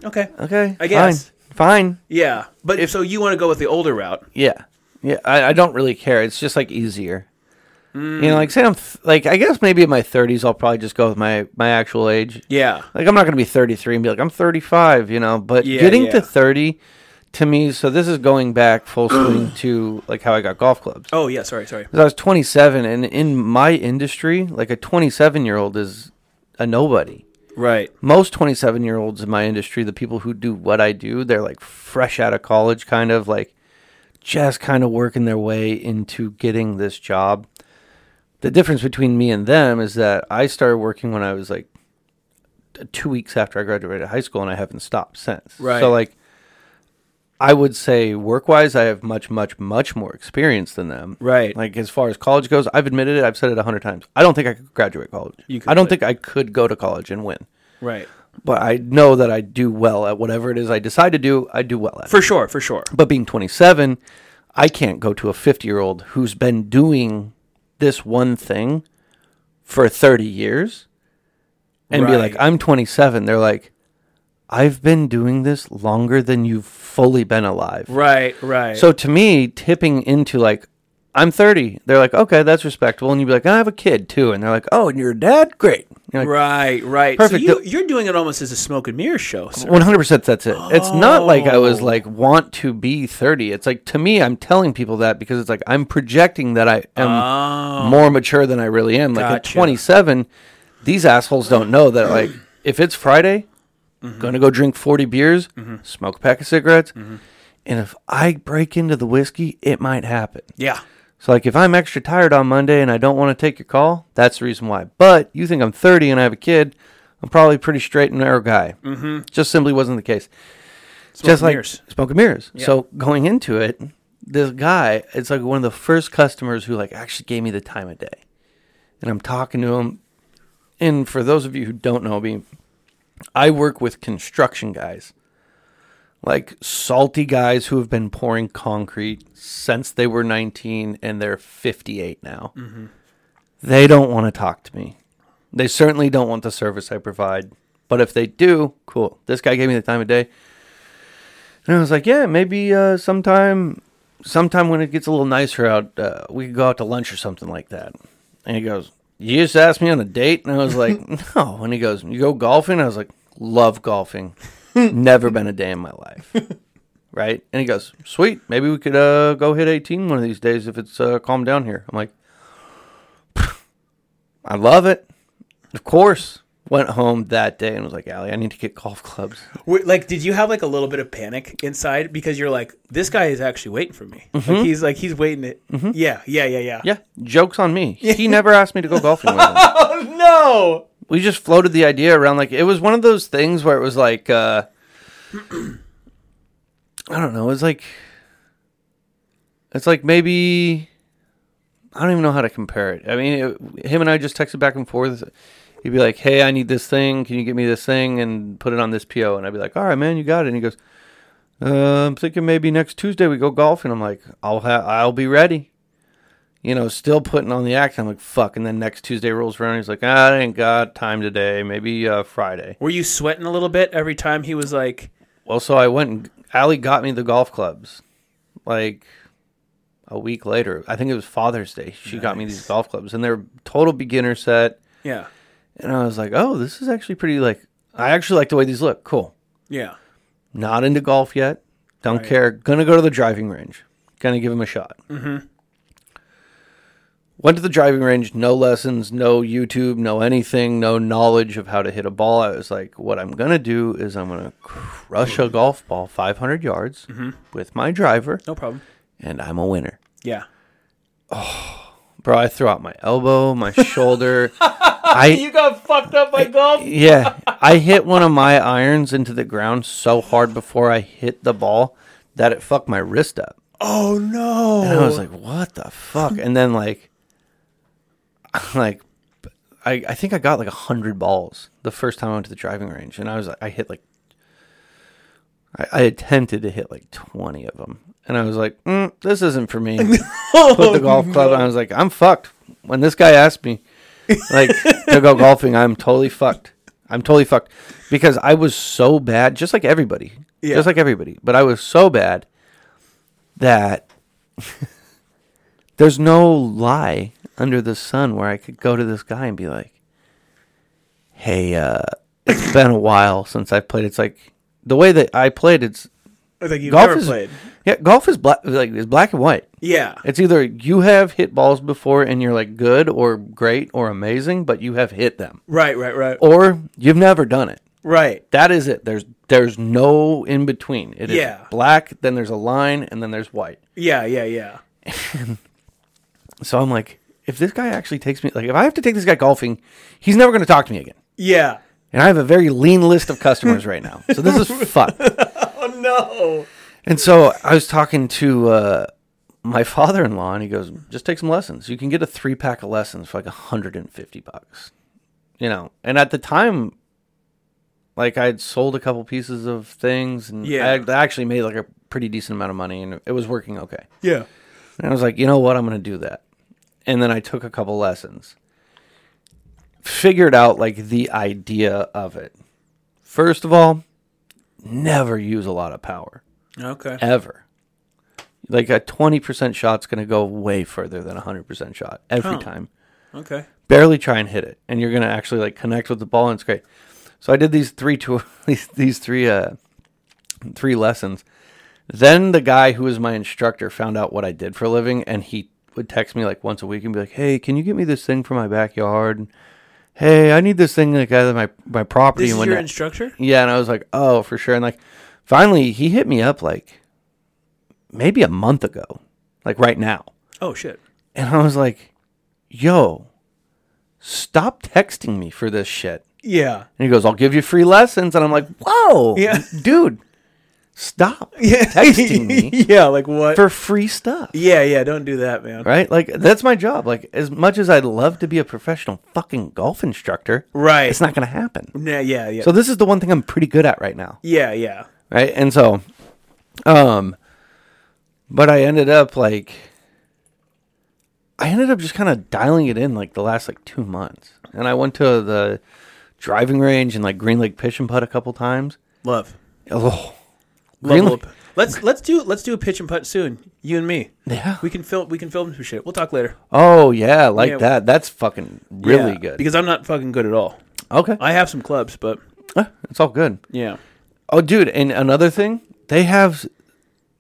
okay, Okay. I guess. Fine. fine. yeah, but if so, you want to go with the older route, Yeah, yeah. I, I don't really care. It's just like easier. You know, like say I'm th- like I guess maybe in my 30s I'll probably just go with my my actual age. yeah, Like I'm not gonna be 33 and be like I'm 35. You know, but Yeah, getting yeah. to 30 to me, so this is going back full swing to like how I got golf clubs. oh yeah, sorry, sorry, 'Cause I was 27, and in my industry, like a 27 year old is a nobody. right, Most 27 year olds in my industry, the people who do what I do, they're like fresh out of college, kind of like just kind of working their way into getting this job. The difference between me and them is that I started working when I was like t- two weeks after I graduated high school, and I haven't stopped since. Right. So, like, I would say work wise, I have much, much, much more experience than them. Right. Like, as far as college goes, I've admitted it, I've said it a hundred times. I don't think I could graduate college. You could I don't play. think I could go to college and win right, but I know that I do well at whatever it is I decide to do. I do well at. for sure, for sure, But being 27, I can't go to a 50 year old who's been doing this one thing for 30 years and be like, Right. I'm 27. They're like, I've been doing this longer than you've fully been alive. right, right, So to me, tipping into like, I'm 30. They're like, okay, that's respectable. And you'd be like, I have a kid too. And they're like, oh, and you're a dad? Great. You're like, right, right. Perfect. So you, you're doing it almost as a smoke and mirror show, sir. One hundred percent. That's it. It's not like I was like want to be thirty. It's like to me, I'm telling people that because it's like I'm projecting that I am more mature than I really am. Like Gotcha. at twenty seven, these assholes don't know that like if it's Friday, gonna go drink forty beers, smoke a pack of cigarettes, and if I break into the whiskey, it might happen. Yeah. So like if I'm extra tired on Monday and I don't want to take your call, that's the reason why. But you think I'm 30 and I have a kid, I'm probably a pretty straight and narrow guy. Mm-hmm. Just simply wasn't the case. Just and like mirrors. smoke and mirrors. So going into it, this guy, it's like one of the first customers who like actually gave me the time of day, and I'm talking to him. And for those of you who don't know me, I work with construction guys like salty guys who have been pouring concrete since they were 19 and they're 58 now. Mm-hmm. They don't want to talk to me. They certainly don't want the service I provide. But if they do, cool. This guy gave me the time of day. And I was like, yeah, maybe uh, sometime, sometime when it gets a little nicer out, uh, we could go out to lunch or something like that. And he goes, you just asked me on a date? And I was like, no. And he goes, you go golfing? I was like, love golfing. Never been a day in my life. Right? And he goes, sweet. Maybe we could uh, go hit 18 one of these days if it's uh, calm down here. I'm like, I love it. Of course. Went home that day and was like, Allie, I need to get golf clubs. Wait, like, did you have like a little bit of panic inside because you're like, this guy is actually waiting for me. Like, he's like, he's waiting it. Yeah, yeah, yeah, Mm-hmm. yeah. Yeah, joke's on me. He never asked me to go golfing with him. No. we just floated the idea around like it was one of those things where it was like uh i don't know it was like it's like maybe i don't even know how to compare it i mean it, him and i just texted back and forth he'd be like hey i need this thing can you get me this thing and put it on this po and i'd be like all right man you got it and he goes uh, i'm thinking maybe next tuesday we go golfing i'm like i'll ha- i'll be ready you know, still putting on the act. I'm like, fuck. And then next Tuesday rolls around. He's like, ah, I ain't got time today. Maybe uh, Friday. Were you sweating a little bit every time he was like, Well, so I went and Allie got me the golf clubs like a week later. I think it was Father's Day. She got me these golf clubs and they're total beginner set. yeah, And I was like, oh, this is actually pretty like, I actually like the way these look. Cool. yeah, Not into golf yet. Don't care. Gonna go to the driving range. Gonna give him a shot. Mm-hmm. Went to the driving range. No lessons. No YouTube. No anything. No knowledge of how to hit a ball. I was like, what I'm gonna do is I'm gonna crush a golf ball 500 yards with my driver, no problem. and I'm a winner. Yeah. Bro, I threw out my elbow, my shoulder. I got fucked up by golf. yeah, I hit one of my irons into the ground so hard before I hit the ball that it fucked my wrist up. Oh no. And I was like, what the fuck? And then like, like, I, I think I got like a hundred balls the first time I went to the driving range, and I was like, I hit like, I, I attempted to hit like twenty of them, and I was like, mm, this isn't for me. Put the golf club, and I was like, I'm fucked. When this guy asked me, like, to go golfing, I'm totally fucked. I'm totally fucked because I was so bad, just like everybody, Yeah. just like everybody. But I was so bad that there's no lie under the sun where I could go to this guy and be like, "Hey, uh, it's been a while since I've played." It's like the way that I played. It's I was like, you've golf never is played. yeah, golf is black like is black and white. Yeah. It's either you have hit balls before and you're like good or great or amazing, but you have hit them, Right, right, right. or you've never done it. right. That is it. There's there's no in between. It is Yeah. black, then there's a line, and then there's white. Yeah, yeah, yeah. So I'm like, if this guy actually takes me, like, if I have to take this guy golfing, he's never going to talk to me again. Yeah. And I have a very lean list of customers right now. So this is fun. No. And so I was talking to uh, my father in law, and he goes, just take some lessons. You can get a three pack of lessons for like 150 bucks. You know, and at the time, like I had sold a couple pieces of things, and Yeah. I I actually made like a pretty decent amount of money, and it was working okay. Yeah. And I was like, you know what? I'm going to do that. And then I took a couple lessons, figured out like the idea of it. First of all, never use a lot of power Okay. ever. Like a 20% shot's going to go way further than a 100% shot every time. Okay. Barely try and hit it, and you're going to actually like connect with the ball, and it's great. So I did these three tour, these, these three uh, three lessons. Then the guy who was my instructor found out what I did for a living, and he would text me like once a week and be like, "Hey, can you get me this thing for my backyard? Hey, I need this thing like out of my my property." This and is your whatnot." instructor? Yeah, and I was like, oh, for sure. And like, finally, he hit me up like maybe a month ago, like right now. Oh shit. And I was like, yo, stop texting me for this shit. Yeah. And he goes, I'll give you free lessons. And I'm like, whoa, Yeah. dude, stop texting me yeah, like what? for free stuff. yeah, yeah, don't do that, man. Right? Like, that's my job. Like, as much as I'd love to be a professional fucking golf instructor, Right. it's not going to happen. Yeah, yeah, yeah. So, this is the one thing I'm pretty good at right now. yeah, yeah. right and so um but i ended up like i ended up just kind of dialing it in like the last like two months and i went to the driving range and like green lake pitch and putt a couple times Love. oh Green Level Lake- up. Let's let's do let's do a pitch and putt soon. You and me. Yeah. We can film we can film some shit. We'll talk later. oh yeah like Yeah. that that's fucking really Yeah, good Because I'm not fucking good at all. okay I have some clubs, but Eh, it's all good yeah. oh dude and another thing they have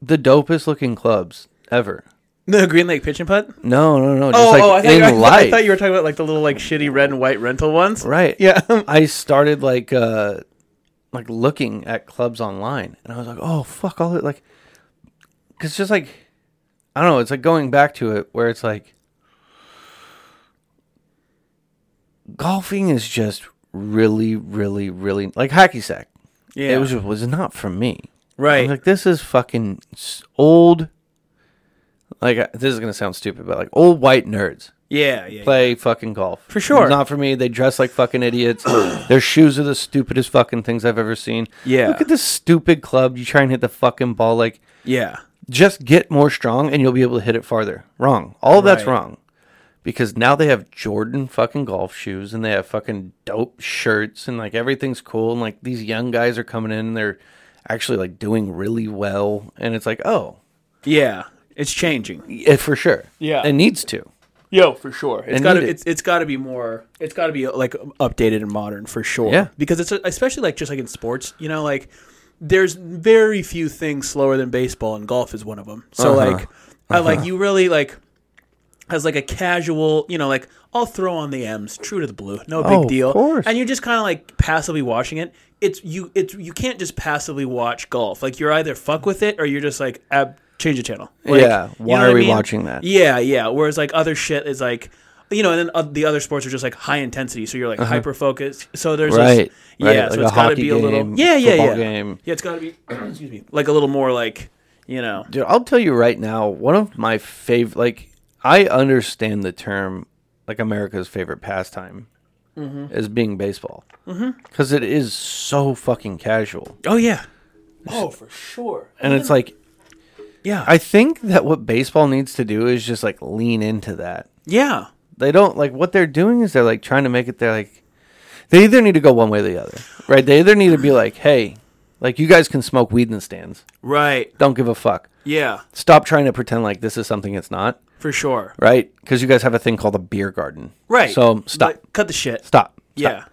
the dopest looking clubs ever The Green Lake pitch and putt? no no no just Oh, like oh, I thought, in you, I, thought- life I thought you were talking about like the little like shitty red and white rental ones. Right. Yeah. I started like uh like looking at clubs online and I was like, "Oh, fuck all it like cuz just like I don't know, it's like going back to it where it's like golfing is just really really really like hacky sack. Yeah. It was was not for me. I right. was like this is fucking s- old like I- this is going to sound stupid, but like old white nerds yeah, yeah. play fucking golf. For sure. Not for me. They dress like fucking idiots. Their shoes are the stupidest fucking things I've ever seen. Yeah. Look at this stupid club. You try and hit the fucking ball. Like, yeah. just get more strong and you'll be able to hit it farther. Wrong. All of that's Right. wrong. Because now they have Jordan fucking golf shoes and they have fucking dope shirts and like everything's cool. And like these young guys are coming in and they're actually like doing really well. And it's like, oh, Yeah. It's changing. yeah, for sure. Yeah. It needs to. Yo, for sure. It's And got to need it. it's, it's got to be more it's got to be uh, like updated and modern for sure. Yeah. Because it's uh, especially like just like in sports, you know, like there's very few things slower than baseball and golf is one of them. So Uh-huh. like I like you really like as like a casual, you know, like I'll throw on the M's, true to the blue, no big Oh, of deal. course. And you're just kind of like passively watching it. It's you. It's you can't just passively watch golf. Like you're either fuck with it or you're just like ab- change the channel. Yeah, Like, you know why what are I we mean? watching that? Yeah, yeah. Whereas like other shit is like, you know, and then uh, the other sports are just like high intensity, so you're like hyper focused. So there's this- Uh-huh. Right, yeah. right, like So a it's got to hockey be a little game, yeah, yeah, football yeah. game. Yeah, it's got to be excuse me, like a little more like you know. Dude, I'll tell you right now, one of my favorite, like, I understand the term, like, America's favorite pastime as being baseball. Because mm-hmm. is so fucking casual. Oh yeah. Oh, for sure. And it's like, Yeah. I think that what baseball needs to do is just, like, lean into that. yeah. They don't, like, what they're doing is they're, like, trying to make it, they're like, they either need to go one way or the other, right? They either need to be like, hey, like, you guys can smoke weed in the stands. Right. Don't give a fuck. Yeah. Stop trying to pretend like this is something it's not. For sure. right? Because you guys have a thing called a beer garden, Right. So stop, Like, cut the shit. stop, stop. Yeah.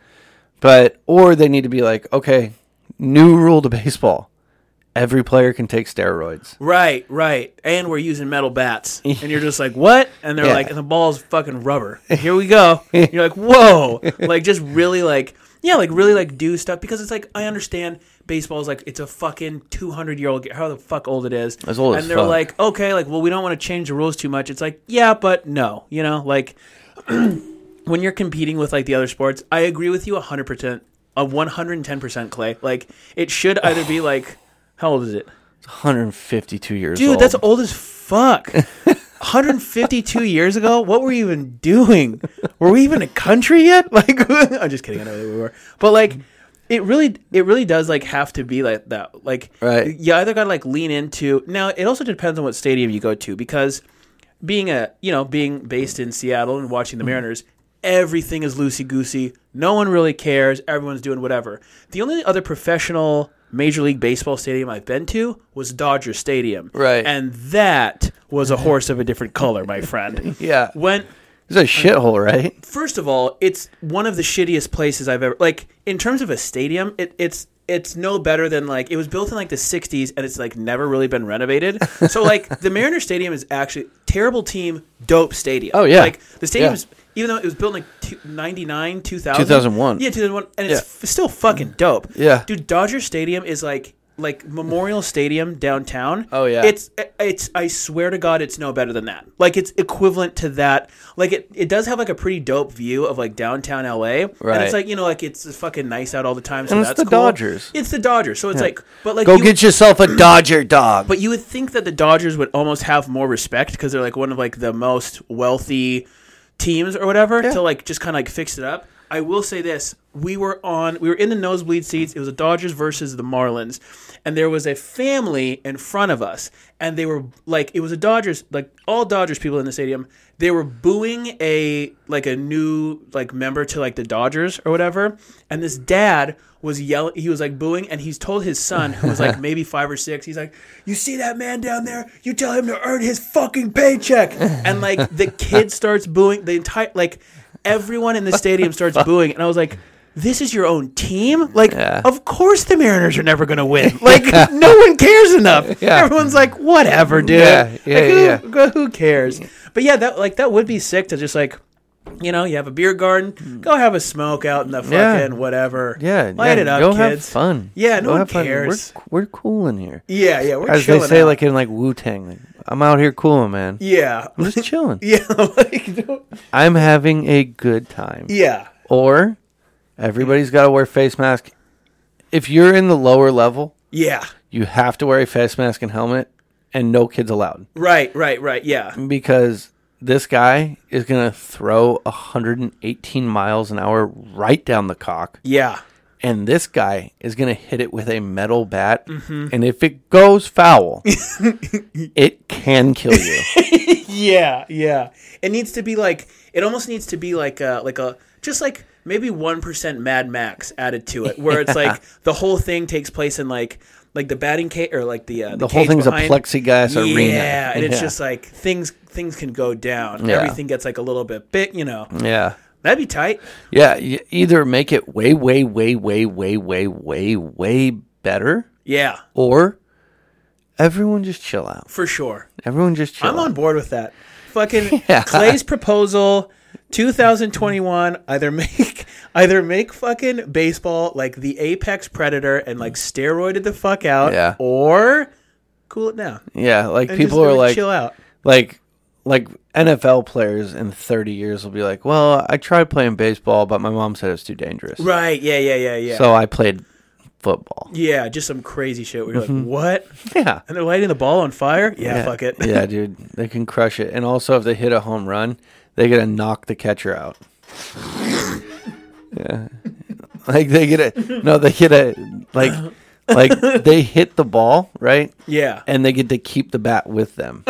But or they need to be like, okay, new rule to baseball: every player can take steroids. Right, right. And we're using metal bats. And you're just like, what? And they're Yeah. like, and the ball's fucking rubber. Here we go. you're like, whoa. Like, just really like, yeah, like really like do stuff because it's like, I understand baseball is like, it's a fucking 200 year old, ga- how the fuck old it is. As old and as they're fuck. like, okay, like, well, we don't want to change the rules too much. It's like, yeah, but no, you know, like, when you're competing with like the other sports, I agree with you 100%, a 110% Clay. Like, it should either be like, how old is it? It's 152 years Dude, old, that's old as fuck. 152 years ago, what were you even doing? Were we even a country yet? Like, I'm just kidding. I know that we were, but like, it really, it really does like have to be like that. Like, Right. You either gotta like lean into. Now, it also depends on what stadium you go to because being a you know being based in Seattle and watching the Mm-hmm. Mariners, everything is loosey goosey. No one really cares. Everyone's doing whatever. The only other professional Major League Baseball stadium I've been to was Dodger Stadium, Right. Mm-hmm. And that was a horse of a different color, my friend. Yeah. When it's a shithole, right? first of all, it's one of the shittiest places I've ever like in terms of a stadium. It, it's it's no better than like it was built in like the '60s and it's like never really been renovated. So like the Mariner Stadium is actually terrible team, dope stadium. Oh, yeah. like the stadium's Yeah. even though it was built in like two, 99, 2000, 2001. yeah, 2001, and it's f- still fucking dope. Yeah. dude, Dodger Stadium is like like Memorial Stadium downtown. Oh, yeah. it's it's. I swear to God, it's no better than that. Like it's equivalent to that. Like it, it does have like a pretty dope view of like downtown LA. And Right. it's like you know like it's fucking nice out all the time. So And it's that's the cool. Dodgers. It's the Dodgers. So it's like, but like Go you- get yourself a Dodger dog. but you would think that the Dodgers would almost have more respect because they're like one of like the most wealthy teams or whatever to like just kind of like fix it up. I will say this: we were on, we were in the nosebleed seats. It was the Dodgers versus the Marlins, and there was a family in front of us, and they were like, it was a Dodgers, like all Dodgers people in the stadium. They were booing a like a new like member to like the Dodgers or whatever, and this dad was yelling. He was like booing, and he's told his son, who was like maybe five or six, he's like, "You see that man down there? You tell him to earn his fucking paycheck." And like the kid starts booing. The entire like everyone in the stadium starts booing, and I was like. This is your own team? Like, of course the Mariners are never going to win. Like, no one cares enough. Yeah. Everyone's like, whatever, dude. Yeah, yeah, Like, who- yeah. who, cares? But yeah, that like that would be sick to just like, you know, you have a beer garden, go have a smoke out in the fucking Hmm. Yeah. whatever. yeah, light yeah, it up, go kids. have fun. Yeah, Go no one have fun. cares. We're, we're cool in here, Yeah, yeah, we're as they chilling say, out. like in like Wu Tang. Like, I'm out here cooling, man. yeah, I'm just chilling. yeah, like no- I'm having a good time. yeah, Or everybody's got to wear face mask. If you're in the lower level, yeah. you have to wear a face mask and helmet, and no kids allowed Right, right, right. Yeah, because this guy is gonna throw 118 miles an hour right down the cock, yeah, and this guy is gonna hit it with a metal bat, and if it goes foul, it can kill you. yeah, yeah. It needs to be like it almost needs to be like a like a just like maybe one percent Mad Max added to it, where it's like the whole thing takes place in like like the batting cage or like the uh, The whole cage thing's a behind. plexiglass yeah, arena. and it's Yeah. just like things things can go down. Yeah. Everything gets like a little bit bit, you know. yeah. That'd be tight. Yeah, y- either make it way, way, way, way, way, way, way, way better, Yeah, or everyone just chill out. for sure. Everyone just chill. I'm on board with that. Fucking Yeah. Clay's proposal 2021 either make either make fucking baseball like the apex predator and like steroided the fuck out Yeah. or cool it down. Out. Yeah, like And people just are like, like, chill out. like, like NFL players in 30 years will be like, well, I tried playing baseball, but my mom said it's too dangerous, Right. Yeah, yeah, yeah, yeah. so I played football. yeah, just some crazy shit where you're like, "What?" Yeah. And they're lighting the ball on fire? Yeah, fuck it. Mm-hmm. yeah, dude, they can crush it. And also, if they hit a home run, they gotta knock the catcher out. yeah, like they get a no, they get a like like they hit the ball right, yeah. and they get to keep the bat with them.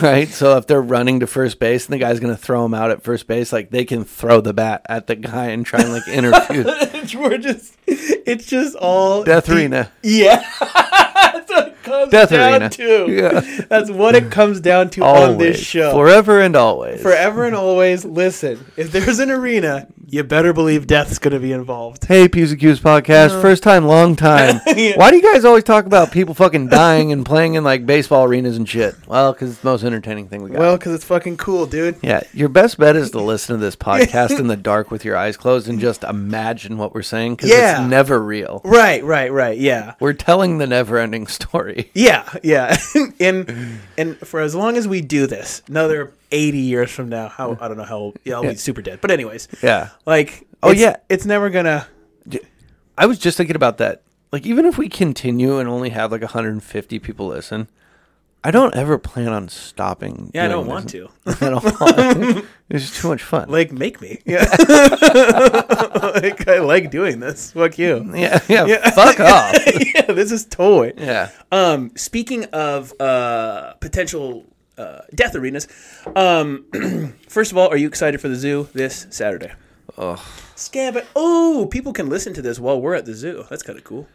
right, so if they're running to first base and the guy's gonna throw him out at first base, like they can throw the bat at the guy and try and like interfere. We're just it's just all Death arena, Yeah. That's what it comes death down arena. to. Yeah, That's what it comes down to on this always, show. forever and always. Forever and always, listen, if there's an arena, you better believe death's going to be involved. Hey, Pews and Cubes podcast. Uh-huh. First time, long time. Why do you guys always talk about people fucking dying and playing in like baseball arenas and shit? Well, because it's the most entertaining thing we got. Well, because it's fucking cool, dude. yeah, your best bet is to listen to this podcast in the dark with your eyes closed and just imagine what we're saying because Yeah. it's never real. Right, right, right. Yeah. We're telling the never ending story. Yeah, yeah. and and for as long as we do this, another 80 years from now, how I don't know how old, yeah, I'll be super dead. But anyways. Yeah. Like Oh, it's- yeah. it's never going to I was just thinking about that. Like, even if we continue and only have like 150 people listen, I don't ever plan on stopping. Yeah, I doing don't want this to. At all. it's just too much fun. Like make me. Yeah. like I like doing this. Fuck you. yeah, yeah, fuck off. yeah, this is toy. Yeah. Um, speaking of uh, potential uh, death arenas, um, first of all, are you excited for the zoo this Saturday? Oh, scab it! Oh, people can listen to this while we're at the zoo. That's kind of cool.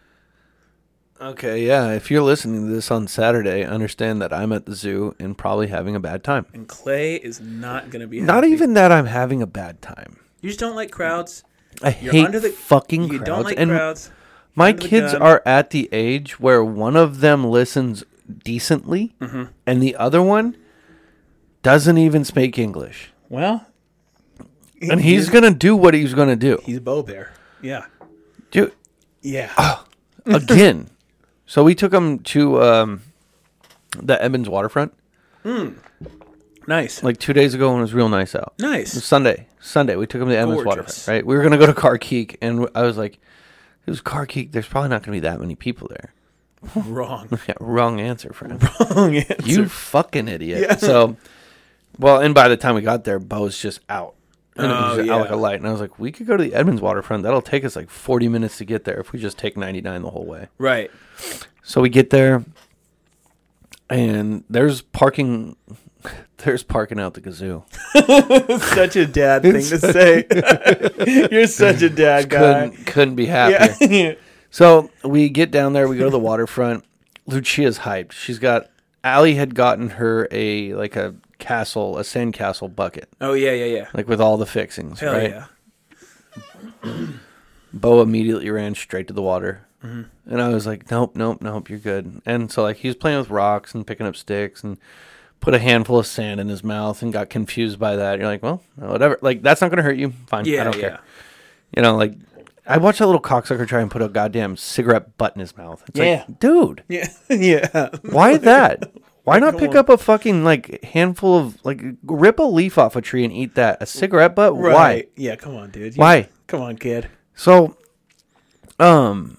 Okay, yeah. If you're listening to this on Saturday, understand that I'm at the zoo and probably having a bad time. And Clay is not gonna be. Not happy. even that I'm having a bad time. You just don't like crowds. I You're hate under the fucking You crowds. don't like and crowds. my under the kids gun. are at the age where one of them listens decently Mm-hmm. and the other one doesn't even speak English. Well, And he's going to do what he's going to do. he's a bow bear. Yeah, Dude, yeah. again, So we took him to um, the Edmonds waterfront Nice. like two days ago when it was real nice out. It was nice. Sunday. Sunday. We took him to Edmonds Gorgeous. Waterfront, right? We were going to go to Carkeek, and I was like, it was Carkeek. There's probably not going to be that many people there. Wrong. Yeah, wrong answer, friend. Wrong answer. You fucking idiot. So, well, and by the time we got there, Bo's just out. And it was Oh, just yeah. out like a light. And I was like, we could go to the Edmonds waterfront. That'll take us like 40 minutes to get there if we just take 99 the whole way. right. So we get there, and there's parking. There's parking out the kazoo. Such a dad thing to say. You're such a dad guy. Couldn't couldn't be happier. Yeah. So we get down there. We go to the waterfront. Lucia's hyped. She's got Allie had gotten her a like a castle, a sandcastle bucket, oh yeah, yeah, yeah. like with all the fixings. Hell right? yeah. Bo immediately ran straight to the water. Mm-hmm. And I was like, nope, nope, nope, you're good. And so, like, he was playing with rocks and picking up sticks and put a handful of sand in his mouth and got confused by that. You're like, well, whatever. Like, that's not going to hurt you. Fine. I Yeah, don't yeah. care. You know, like, I watched that little cocksucker try and put a goddamn cigarette butt in his mouth. It's Yeah. like, dude, Yeah, yeah. why that? Why not pick on. up a fucking, like, handful of, like, rip a leaf off a tree and eat that? A cigarette butt? Why? Right. Yeah, come on, dude. You- Why? Come on, kid. So, um,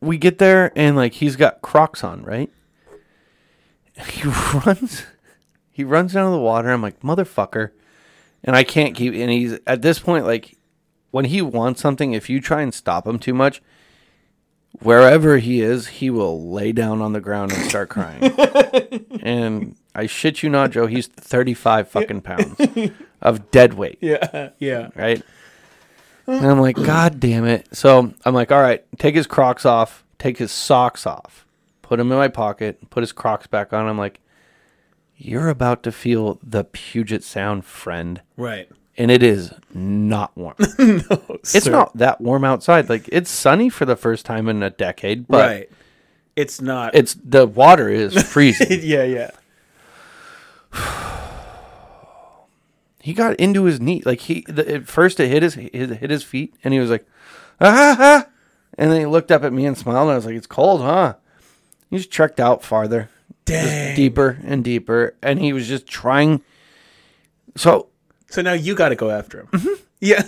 we get there and like he's got Crocs on, right? He runs, he runs down to the water. I'm like, motherfucker, and I can't keep. And he's at this point like, when he wants something, if you try and stop him too much, wherever he is, he will lay down on the ground and start crying. and I shit you not, Joe, he's 35 fucking pounds of dead weight Yeah, yeah. right? And I'm like, God damn it. So I'm like, all right, take his Crocs off, take his socks off, put them in my pocket, put his Crocs back on. I'm like, you're about to feel the Puget Sound, friend. Right. And it is not warm. it's sir. not that warm outside. Like, it's sunny for the first time in a decade, but right. It's not. it's the water is freezing. yeah, yeah. he got into his knee. Like, he, the, at first it hit his, his, hit his feet, and he was like, ah, ah. And then he looked up at me and smiled, and I was like, "It's cold, huh?" He just trekked out farther, Dang. deeper and deeper, and he was just trying. So, So now you got to go after him. Yeah.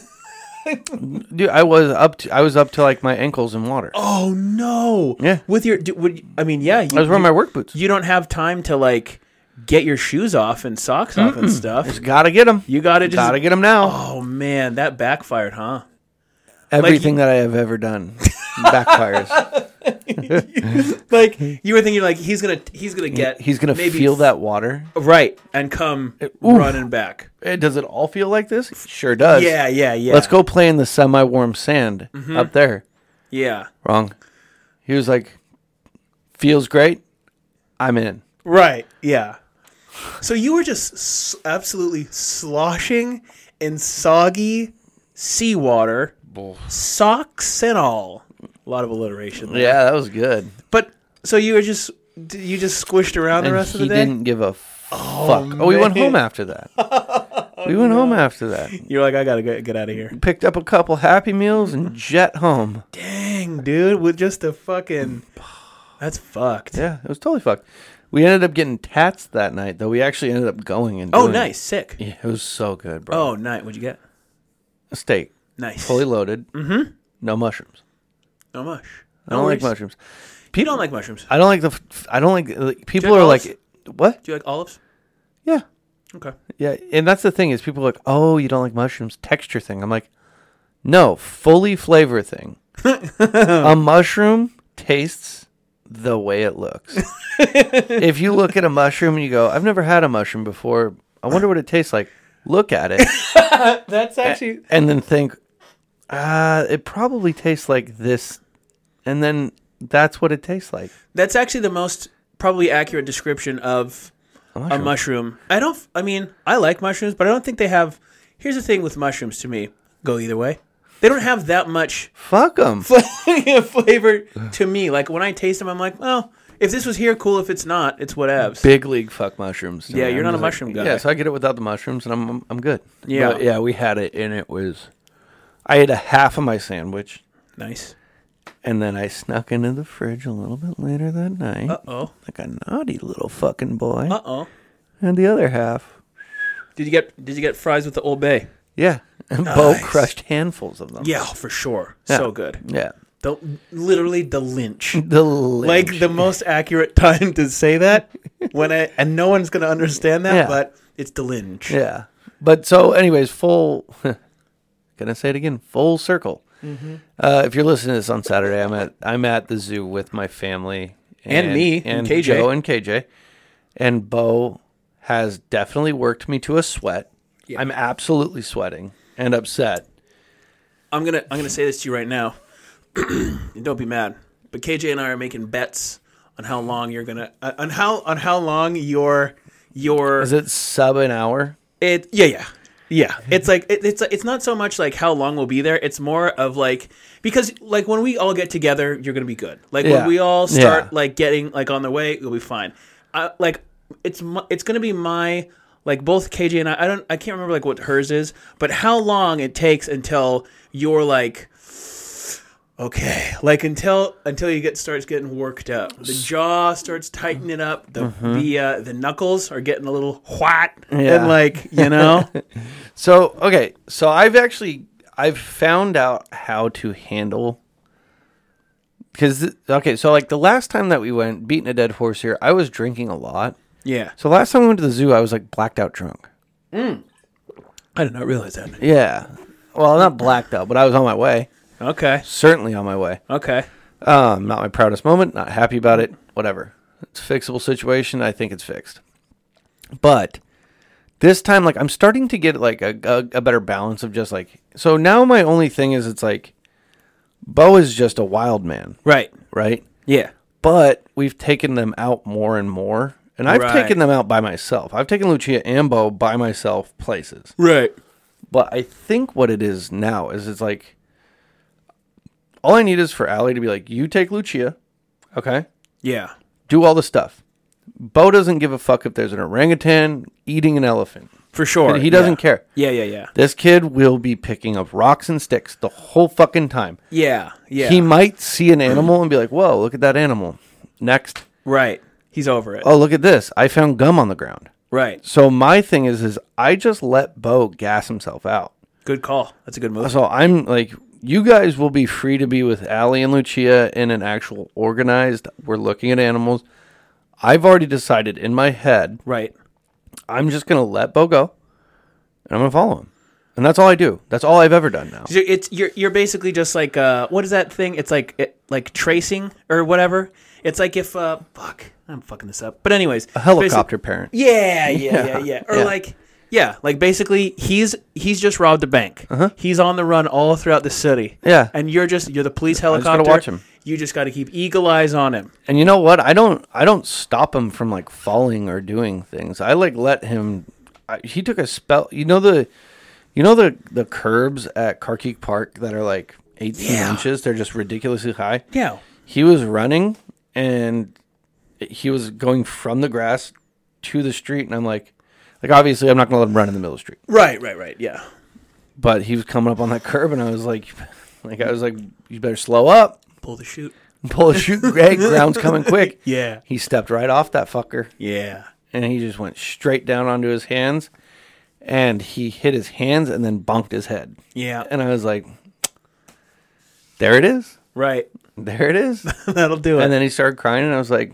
dude, I was up to I was up to like my ankles in water. Oh no. Yeah. With your, do, would I mean, yeah. You, I was wearing my you, work boots. You don't have time to like get your shoes off and socks off and stuff. gotta get them. You got to just. gotta get them now. oh man, that backfired, huh? Everything that I have ever done backfires. Like you were thinking, like he's gonna, he's gonna get, He's gonna maybe feel that Uh, water. right and come running back. Eh, Does it all feel like this? Sure does. Yeah, yeah, yeah. Mm-hmm. Let's go play in the semi-warm sand up there. Yeah. Wrong. He was like, feels great. I'm in. Right. Yeah. So you were just s- absolutely sloshing in soggy seawater, socks and all. A lot of alliteration. there. Yeah, that was good. But so you were just d- you just squished around the And rest of the he day. didn't give a fuck. Oh, we went home after that. we went home after that. You're like, I gotta get, get out of here. Picked up a couple Happy Meals Mm-hmm. and jet home. Dang, dude, with just a fucking. That's fucked. Yeah, it was totally fucked. We ended up getting tats that night, though. We actually ended up going and Oh, doing it. nice, sick. Yeah, it was so good, bro. Oh, nice. What'd you get? steak, Nice. fully loaded. Mm-hmm. No mushrooms. no mush. I don't like worries. mushrooms. You don't like mushrooms. I don't like the. f- I don't like. like people Jack are olives? like, what? Do you like olives? Yeah, Okay. Yeah, and that's the thing is people are like, oh, you don't like mushrooms, texture thing. I'm like, no, fully flavor thing. a mushroom tastes the way it looks. if you look at a mushroom and you go, I've never had a mushroom before. I wonder what it tastes like. Look at it That's actually and then think, ah, it probably tastes like this, and then that's what it tastes like. That's actually the most probably accurate description of a mushroom. mushroom. I don't. f- I mean, I like mushrooms, but I don't think they have. Here's the thing with mushrooms to me: go either way. They don't have that much Fuck them. flavor to me. Like when I taste them, I'm like, well, if this was here, cool. If it's not, it's whatevs. big league fuck mushrooms. to Yeah, me. you're not just a mushroom guy. Yeah, so I get it without the mushrooms, and I'm I'm, I'm good. Yeah. But yeah, we had it, and it was. I ate a half of my sandwich, Nice. And then I snuck into the fridge a little bit later that night, Oh. like a naughty little fucking boy. Uh oh. and the other half, Did you get Did you get fries with the Old Bay? yeah, and Bo Nice. crushed handfuls of them. Yeah, for sure. So good. yeah. The literally the lynch. The Like the most accurate time to say that when I and no one's gonna understand that, Yeah. but it's the lynch. Yeah. But so, anyways, full. gonna say it again. Full circle. Mm-hmm. Uh, if you're listening to this on Saturday, I'm at I'm at the zoo with my family And me, and and KJ. Joe and KJ, and Bo has definitely worked me to a sweat. I'm absolutely sweating and upset. I'm gonna I'm gonna say this to you right now. And Don't be mad. But KJ and I are making bets on how long you're gonna uh, on how on how long your your Is it sub an hour? It yeah yeah yeah. It's like it, it's it's not so much like how long we'll be there. It's more of like because like when we all get together, you're gonna be good. Like when Yeah. we all start Yeah. like getting like on the way, you'll be fine. I, like it's my, it's gonna be my like both KJ and I. I don't I can't remember like what hers is, but how long it takes until you're like. Okay, like until until you get starts getting worked up, the jaw starts tightening up, the the uh, the knuckles are getting a little white, and Mm-hmm. Yeah. like you know, So okay, so I've actually I've found out how to handle because okay, so like the last time that we went beating a dead horse here, I was drinking a lot. yeah. So last time we went to the zoo, I was like blacked out drunk. I did not realize that. Yeah. Well, not blacked out, but I was on my way. Okay. Certainly on my way. Okay. Um, not my proudest moment. Not happy about it. Whatever. It's a fixable situation. I think it's fixed. But this time, like, I'm starting to get like a, a, a better balance of just like. So now my only thing is it's like, Bo is just a wild man, Right. right? Yeah. But we've taken them out more and more, and I've Right. taken them out by myself. I've taken Lucia and Bo by myself places. Right. But I think what it is now is it's like all I need is for Allie to be like, you take Lucia, okay? Yeah. Do all the stuff. Bo doesn't give a fuck if there's an orangutan eating an elephant. For sure. he doesn't yeah. care. Yeah. Yeah. Yeah. This kid will be picking up rocks and sticks the whole fucking time. Yeah. Yeah. He might see an animal and be like, whoa, look at that animal. Next, right. He's over it. oh, look at this. I found gum on the ground. Right. So my thing is, is I just let Bo gas himself out. Good call. That's a good move. So I'm like, you guys will be free to be with Allie and Lucia in an actual organized. We're looking at animals. I've already decided in my head, Right. I'm just gonna let Bo go, and I'm gonna follow him, and that's all I do. That's all I've ever done now. So it's you're you're basically just like uh what is that thing? It's like it, like tracing or whatever. It's like if uh fuck I'm fucking this up. But anyways, A helicopter parent. Yeah, yeah, yeah, yeah. Or yeah. like, yeah, like basically, he's he's just robbed a bank. He's on the run all throughout the city. Uh-huh. Yeah. and you're just you're the police just gotta helicopter. watch him. You just got to keep eagle eyes on him. And you know what? I don't. I don't stop him from like falling or doing things. I like let him. I, he took a spell. You know the, you know the the curbs at Carkeek Park that are like 18 Yeah. inches. They're just ridiculously high. Yeah, he was running and he was going from the grass to the street and i'm like like obviously i'm not going to let him run in the middle of the street right, right, right. Yeah, but he was coming up on that curb and i was like like i was like you better slow up pull the shoot. pull a shoot hey, ground's coming quick Yeah. he stepped right off that fucker Yeah, and he just went straight down onto his hands and he hit his hands and then bonked his head yeah, and i was like there it is right. there it is That'll do it. and then he started crying and i was like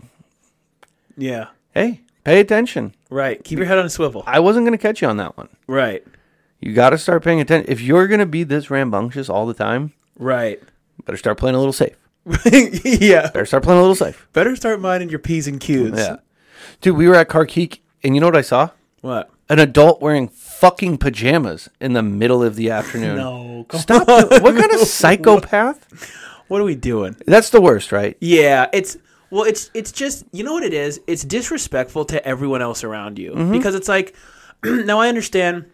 yeah, hey pay attention right. Keep your head on a swivel. I wasn't going to catch you on that one. Right, You got to start paying attention. If you're going to be this rambunctious all the time, right. better start playing a little safe. yeah, Better start playing a little safe. better start minding your p's and q's. Yeah. Dude, we were at Carkeek, and you know what I saw? What? An adult wearing fucking pajamas in the middle of the afternoon. No. Come Stop. doing- what kind of psychopath? What are we doing? That's the worst, right? Yeah, it's well, it's it's just you know what it is. It's disrespectful to everyone else around you Mm-hmm. because it's like now I understand.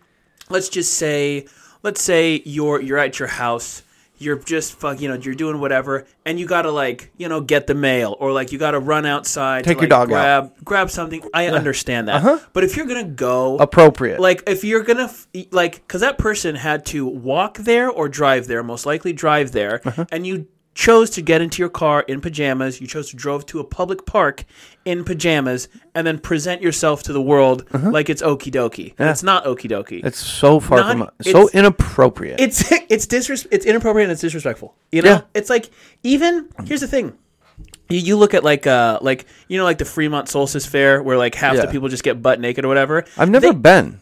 Let's just say, let's say you're you're at your house. You're just fuck, you know, you're doing whatever, and you gotta like, you know, get the mail, or like you gotta run outside, Take to, your like, dog out. Uh-huh. grab, grab something. I understand that, but if you're gonna go, Appropriate. like if you're gonna f- Uh-huh. like because that person had to walk there or drive there most likely drive there and you chose to get into your car in pajamas. You chose to drove to a public park in pajamas and then present yourself to the world like it's okie dokie. It's not okie dokie. Uh-huh. It's so far Not- from so it's- inappropriate. It's it's disres- it's inappropriate and it's disrespectful. You know, Yeah. it's like even here's the thing. You, you look at like uh like you know like the Fremont Solstice Fair where like half the Yeah. people just get butt naked or whatever. I've never They- been.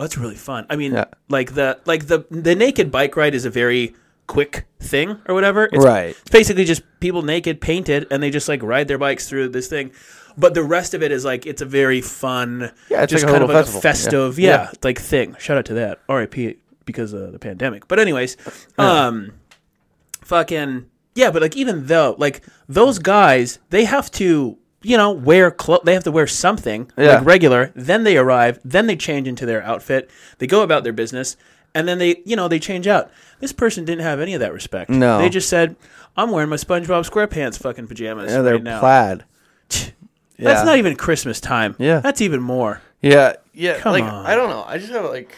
Oh, it's really fun. I mean, Yeah. like the like the the naked bike ride is a very quick thing or whatever. It's, Right. It's basically just people naked, painted, and they just like ride their bikes through this thing. But the rest of it is like it's a very fun, Yeah, it's just like a kind of little like a festival. festive, yeah, like thing. Shout out to that R.I.P. because of the pandemic. But anyways, um, fucking yeah. But like even though like those guys, they have to you know wear clo- they have to wear something Yeah. like regular. Then they arrive. Then they change into their outfit. They go about their business, and then they, you know, they change out. This person didn't have any of that respect. No. they just said, "I'm wearing my SpongeBob SquarePants fucking pajamas Yeah, they're right now." plaid. That's yeah. not even Christmas time. Yeah. that's even more. Yeah, yeah. Come like on. I don't know. I just have like,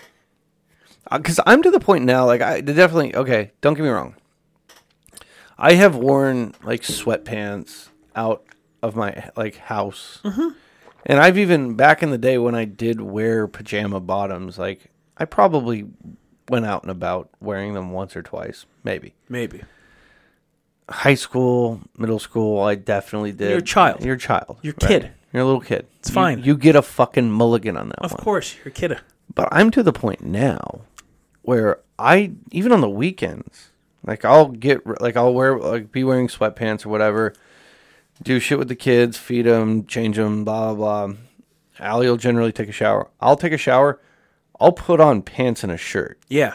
because I'm to the point now. Like I definitely okay. Don't get me wrong. I have worn like sweatpants out of my like house, Mm-hmm. and I've even back in the day when I did wear pajama bottoms. Like I probably went out and about wearing them once or twice, maybe. Maybe High school, middle school, I definitely did. You're a child. You're a child. You're a right? kid. You're a little kid. It's fine. You get a fucking mulligan on that of one. course, you're a kid. But I'm to the point now where I even on the weekends, like I'll get like I'll wear like be wearing sweatpants or whatever, do shit with the kids, feed them, change them, blah blah blah. Allie will generally take a shower. I'll take a shower. I'll put on pants and a shirt, Yeah,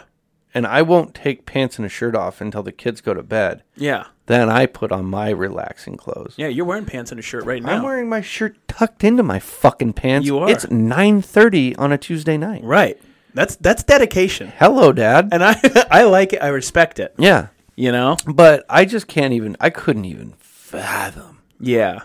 and I won't take pants and a shirt off until the kids go to bed. yeah, Then I put on my relaxing clothes. yeah. You're wearing pants and a shirt right now. I'm wearing my shirt tucked into my fucking pants. You are. It's 9:30 on a Tuesday night. right. That's that's dedication, Hello, Dad. and I I like it. I respect it. yeah. You know. But I just can't even. I couldn't even fathom. Yeah.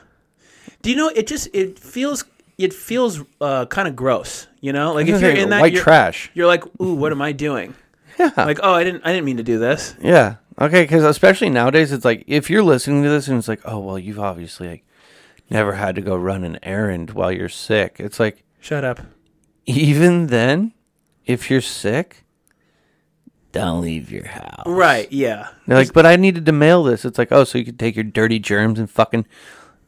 Do you know it just it feels it feels uh, kind of gross, you know? Like if gonna you're say in that white you're, trash. you're like, "Ooh, what am I doing?" Yeah. Like, "Oh, I didn't I didn't mean to do this." Yeah. Okay. Because especially nowadays, it's like if you're listening to this and it's like, oh well, you've obviously like never had to go run an errand while you're sick. It's like Shut up. even then, if you're sick, don't leave your house. Right, yeah. They're like, but I needed to mail this. It's like, oh, so you could take your dirty germs and fucking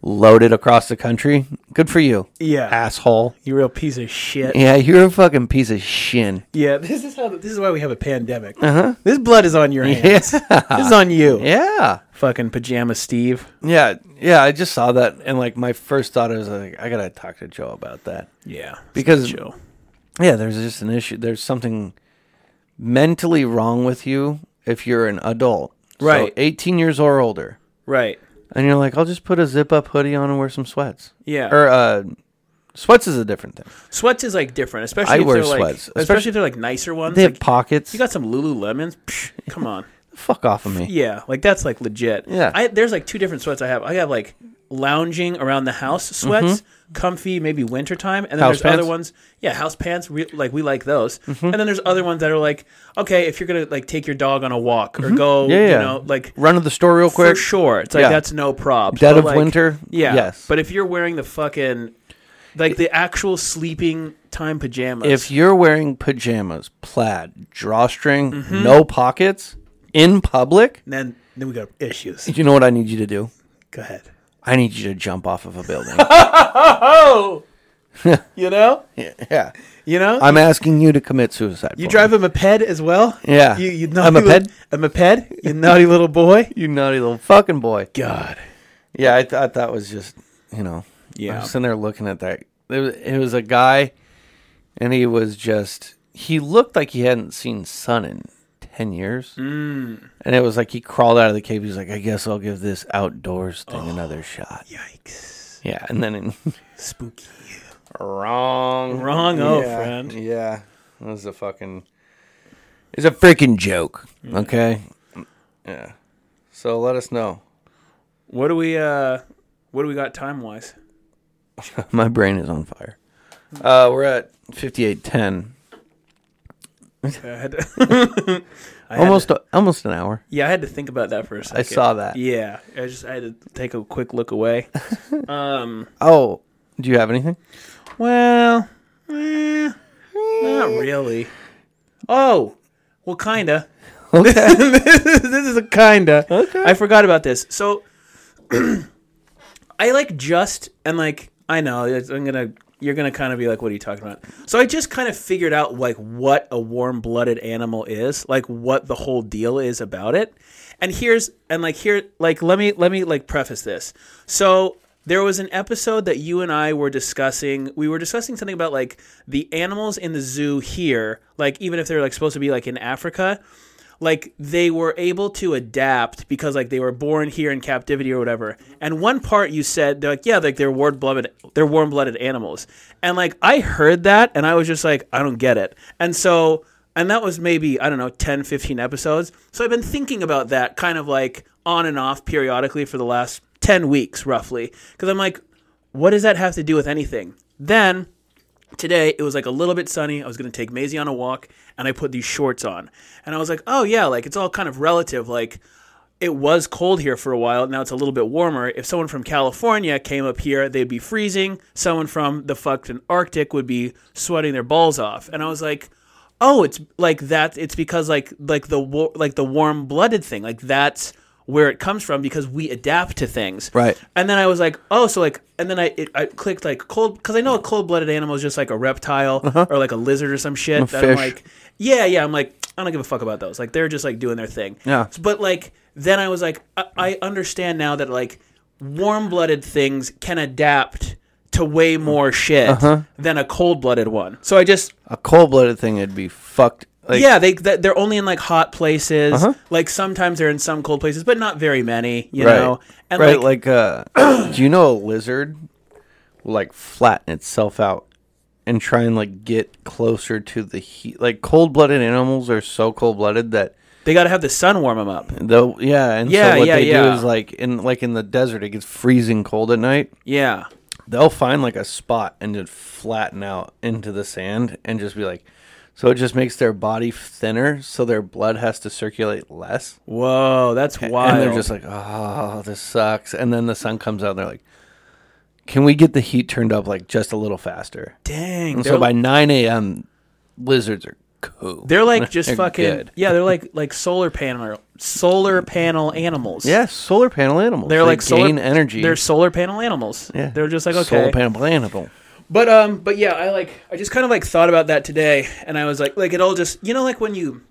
load it across the country. Good for you, Yeah. asshole. You real piece of shit. "Ah." Yeah, you're a fucking piece of shin. Yeah, this is how this is why we have a pandemic. Uh-huh. This blood is on your hands. This is on you. Yeah. Fucking pajama Steve. Yeah, yeah, I just saw that, and like my first thought is like, I gotta talk to Joe about that Yeah. because Joe. yeah, there's just an issue. There's something mentally wrong with you if you're an adult, So, Right. 18 years or older, Right. and you're like, I'll just put a zip up hoodie on and wear some sweats. Yeah. or uh, sweats is a different thing. Sweats is like different, especially I if wear they're like sweats. especially, if they're like nicer ones. They have Like, pockets. you got some Lululemons? Psh, come on. Fuck off of me. Yeah, like that's like legit. Yeah. I, there's like two different sweats I have. I have like lounging around the house sweats, comfy, maybe wintertime. And then Mm-hmm. House there's pants? Mm-hmm. other ones. Yeah, house pants. Re- like we like those. And then there's other ones that are like, okay, if you're going to like take your dog on a walk or go, Mm-hmm. Yeah, yeah. you know, like Run to the store real for quick. sure. It's like, Yeah. that's no prob. Dead But, of like, winter? Yeah. Yes. But if you're wearing the fucking, like the actual sleeping time pajamas. If you're wearing pajamas, plaid, drawstring, Mm-hmm. no pockets in public, then, then we got issues. you know what I need you to do? Go ahead. I need you to jump off of a building. You know? yeah. You know? I'm asking you to commit suicide. You drive a moped as well? Yeah. You, you A naughty moped? little- a moped? You naughty little boy? You naughty little fucking boy. God. Yeah, I thought that was just, you know, I Yeah. was sitting there looking at that. It was, it was a guy, and he was just, he looked like he hadn't seen sun in 10 years. Mm. And it was like he crawled out of the cave. He was like, I guess I'll give this outdoors thing another shot. Yikes. Yeah. And then, it, Spooky. wrong. Wrong, oh, friend. Yeah. That was a fucking. It's a freaking joke. Okay. Yeah. So let us know. What do we, uh, what do we got time wise? My brain is on fire. Uh, we're at 5810. I had to- I had to- Almost, a, almost an hour. Yeah, I had to think about that for a second. saw that. Yeah, I just I had to take a quick look away. um, Oh, do you have anything? well, eh, not really. Oh, well, kinda. This is a kinda. I forgot about this. So, I like just and like I know it's- I'm gonna you're gonna kind of be like, what are you talking about? So I just kind of figured out like what a warm blooded animal is, like what the whole deal is about it. And here's and like here like let me let me like preface this. So there was an episode that you and I were discussing. We were discussing something about like the animals in the zoo here, like even if they're like supposed to be like in Africa, like they were able to adapt because like they were born here in captivity or whatever. And one part you said they're like yeah, like they're warm blooded, they're warm blooded animals. And like I heard that and I was just like I don't get it. And so and that was maybe I don't know 10, 15 episodes. So I've been thinking about that kind of like on and off periodically for the last 10 weeks roughly because I'm like what does that have to do with anything? Then today it was like a little bit sunny. I was going to take Maisie on a walk and I put these shorts on. And I was like, oh yeah, like it's all kind of relative. Like it was cold here for a while. Now it's a little bit warmer. If someone from California came up here, they'd be freezing. Someone from the fucking Arctic would be sweating their balls off. And I was like, oh, it's like that. It's because like like the war- like the warm blooded thing. Like that's where it comes from because we adapt to things. Right. And then I was like, oh, so like, and then I it, I clicked like cold because I know a cold blooded animal is just like a reptile or like a lizard or some shit. that fish. I'm like, yeah, yeah. I'm like, I don't give a fuck about those. Like they're just like doing their thing. Yeah. But like then I was like, I, I understand now that like warm blooded things can adapt to way more shit Uh-huh. than a cold blooded one. So I just A cold-blooded thing, it'd be fucked. Like, Uh-huh. yeah, they th- they're only in like hot places. Like sometimes they're in some cold places, but not very many. You right, know. And right. like, Like, uh, do you know a lizard will like flatten itself out and try and like get closer to the heat? Like, cold-blooded animals are so cold-blooded that they got to have the sun warm them up. though, yeah, and Yeah, so what yeah, they do yeah. is like in like in the desert, it gets freezing cold at night. Yeah. they'll find like a spot and just flatten out into the sand and just be like so it just makes their body thinner so their blood has to circulate less Whoa, that's wild. and they're just like oh this sucks and then the sun comes out and they're like can we get the heat turned up like just a little faster dang. and They're, so by 9 a.m lizards are cool they're like just fucking good. yeah. They're like like solar panel solar panel animals. yeah solar panel animals They're like solar gain energy They're solar panel animals. yeah. They're just like okay. solar panel animal But um, but yeah, I like I just kind of like thought about that today, and I was like, like it all just you know like when you.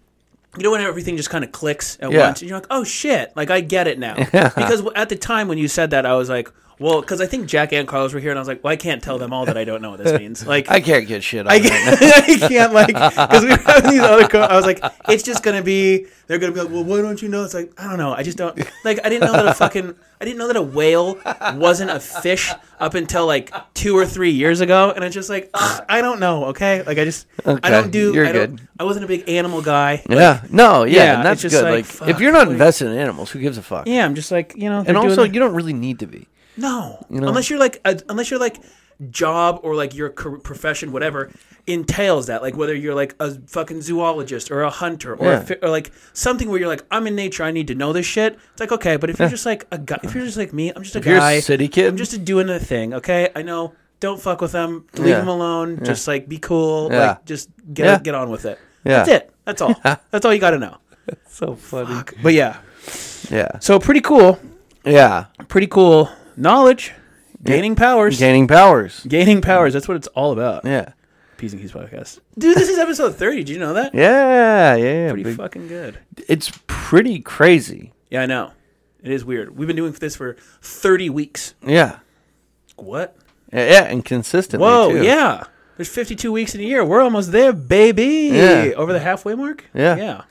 You know when everything just kind of clicks at Yeah. once, and you're like, "Oh shit!" Like I get it now. Because w- at the time when you said that, I was like, "Well," because I think Jack and Carlos were here, and I was like, "Well, I can't tell them all that I don't know what this means." Like, i can't get shit on I it. can't, I can't like because we were having these other. Co- I was like, it's just gonna be. They're gonna be like, well, why don't you know? It's like I don't know. I just don't like. I didn't know that a fucking. I didn't know that a whale wasn't a fish up until like two or three years ago, and it's just like ugh, I don't know. Okay, like I just I Okay, don't do. you're I don't- good. I wasn't a big animal guy. yeah no yeah, yeah, and that's it's just good like, like, fuck, if you're not like- invested in animals who gives a fuck Yeah, I'm just like you know. and they're doing also it. you don't really need to be No, know? unless you're like a, unless you're like job or like your car- profession, whatever entails that. Like whether you're like a fucking zoologist or a hunter or, a Yeah. fi- or like something where you're like I'm in nature, I need to know this shit. It's like okay, but if you're just like a guy, if you're just like me, I'm just a you're a guy, city kid? I'm just doing a thing. Okay, I know. Don't fuck with them. Leave Yeah. them alone. Just like be cool. Yeah. Like just get Yeah. get on with it. Yeah. That's it. That's all. That's all you got to know. so funny But yeah, yeah so pretty cool. yeah Pretty cool knowledge. Gaining powers. gaining powers Gaining powers. That's what it's all about. yeah Peas and Keys podcast. Dude, this is episode 30. Did you know that? yeah yeah, yeah Pretty big- fucking good. it's pretty crazy Yeah, I know. It is weird. We've been doing this for 30 weeks. yeah What? yeah, yeah and consistently Whoa, too. yeah. There's 52 weeks in a year. We're almost there, baby. Yeah. Over the halfway mark? Yeah. Yeah.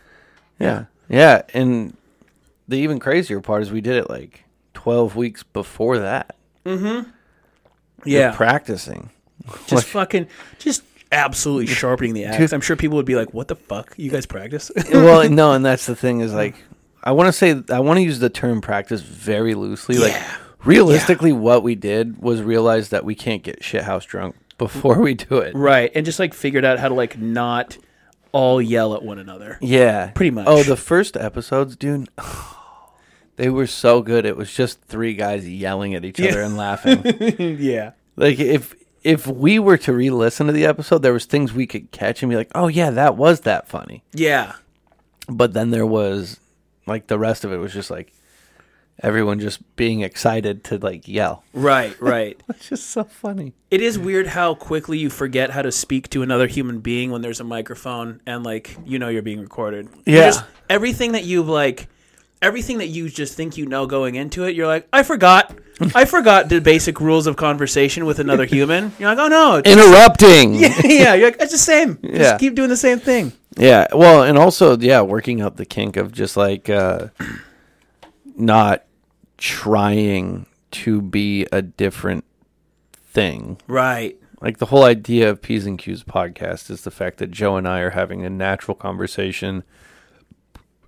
yeah yeah and the even crazier part is we did it like 12 weeks before that Yeah. practicing just fucking, just absolutely sharpening the axe. I'm sure people would be like, what the fuck? You guys practice? well no and that's the thing is like i want to say i want to use the term practice very loosely like Yeah. realistically what we did was realize that we can't get shithouse drunk before we do it right. And just like figured out how to like not all yell at one another. Yeah. Pretty much. Oh, the first episodes, dude. They were so good. It was just three guys yelling at each other and laughing. yeah. like if if we were to re-listen to the episode, there was things we could catch and be like, "Oh yeah, that was that funny." Yeah. But then there was like the rest of it was just like everyone just being excited to like yell. Right, right. It's just so funny. it is weird how quickly you forget how to speak to another human being when there's a microphone and like you know you're being recorded. You Yeah. just- everything that you've like everything that you just think you know going into it, you're like, I forgot. I forgot the basic rules of conversation with another human. You're like, oh no. it's- Interrupting. yeah, you're like, it's the same. Yeah. Just keep doing the same thing. Yeah. Well, and also, yeah, working up the kink of just like uh not trying to be a different thing. Right. Like the whole idea of P's and Q's podcast is the fact that Joe and I are having a natural conversation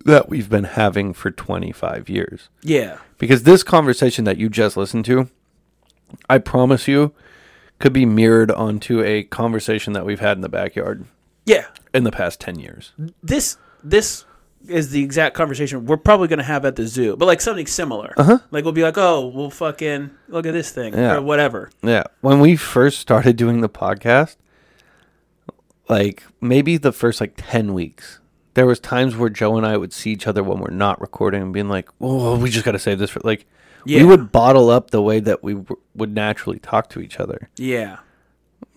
that we've been having for 25 years. Yeah. Because this conversation that you just listened to, I promise you, could be mirrored onto a conversation that we've had in the backyard Yeah. in the past 10 years. this this is the exact conversation we're probably going to have at the zoo, but like something similar. Uh-huh. Like we'll be like, "Oh, we'll fucking look at this thing Yeah. or whatever." Yeah. When we first started doing the podcast, like maybe the first like 10 weeks, there was times where Joe and I would see each other when we're not recording and being like, "Oh, we just got to save this for like Yeah. we would bottle up the way that we w- would naturally talk to each other Yeah.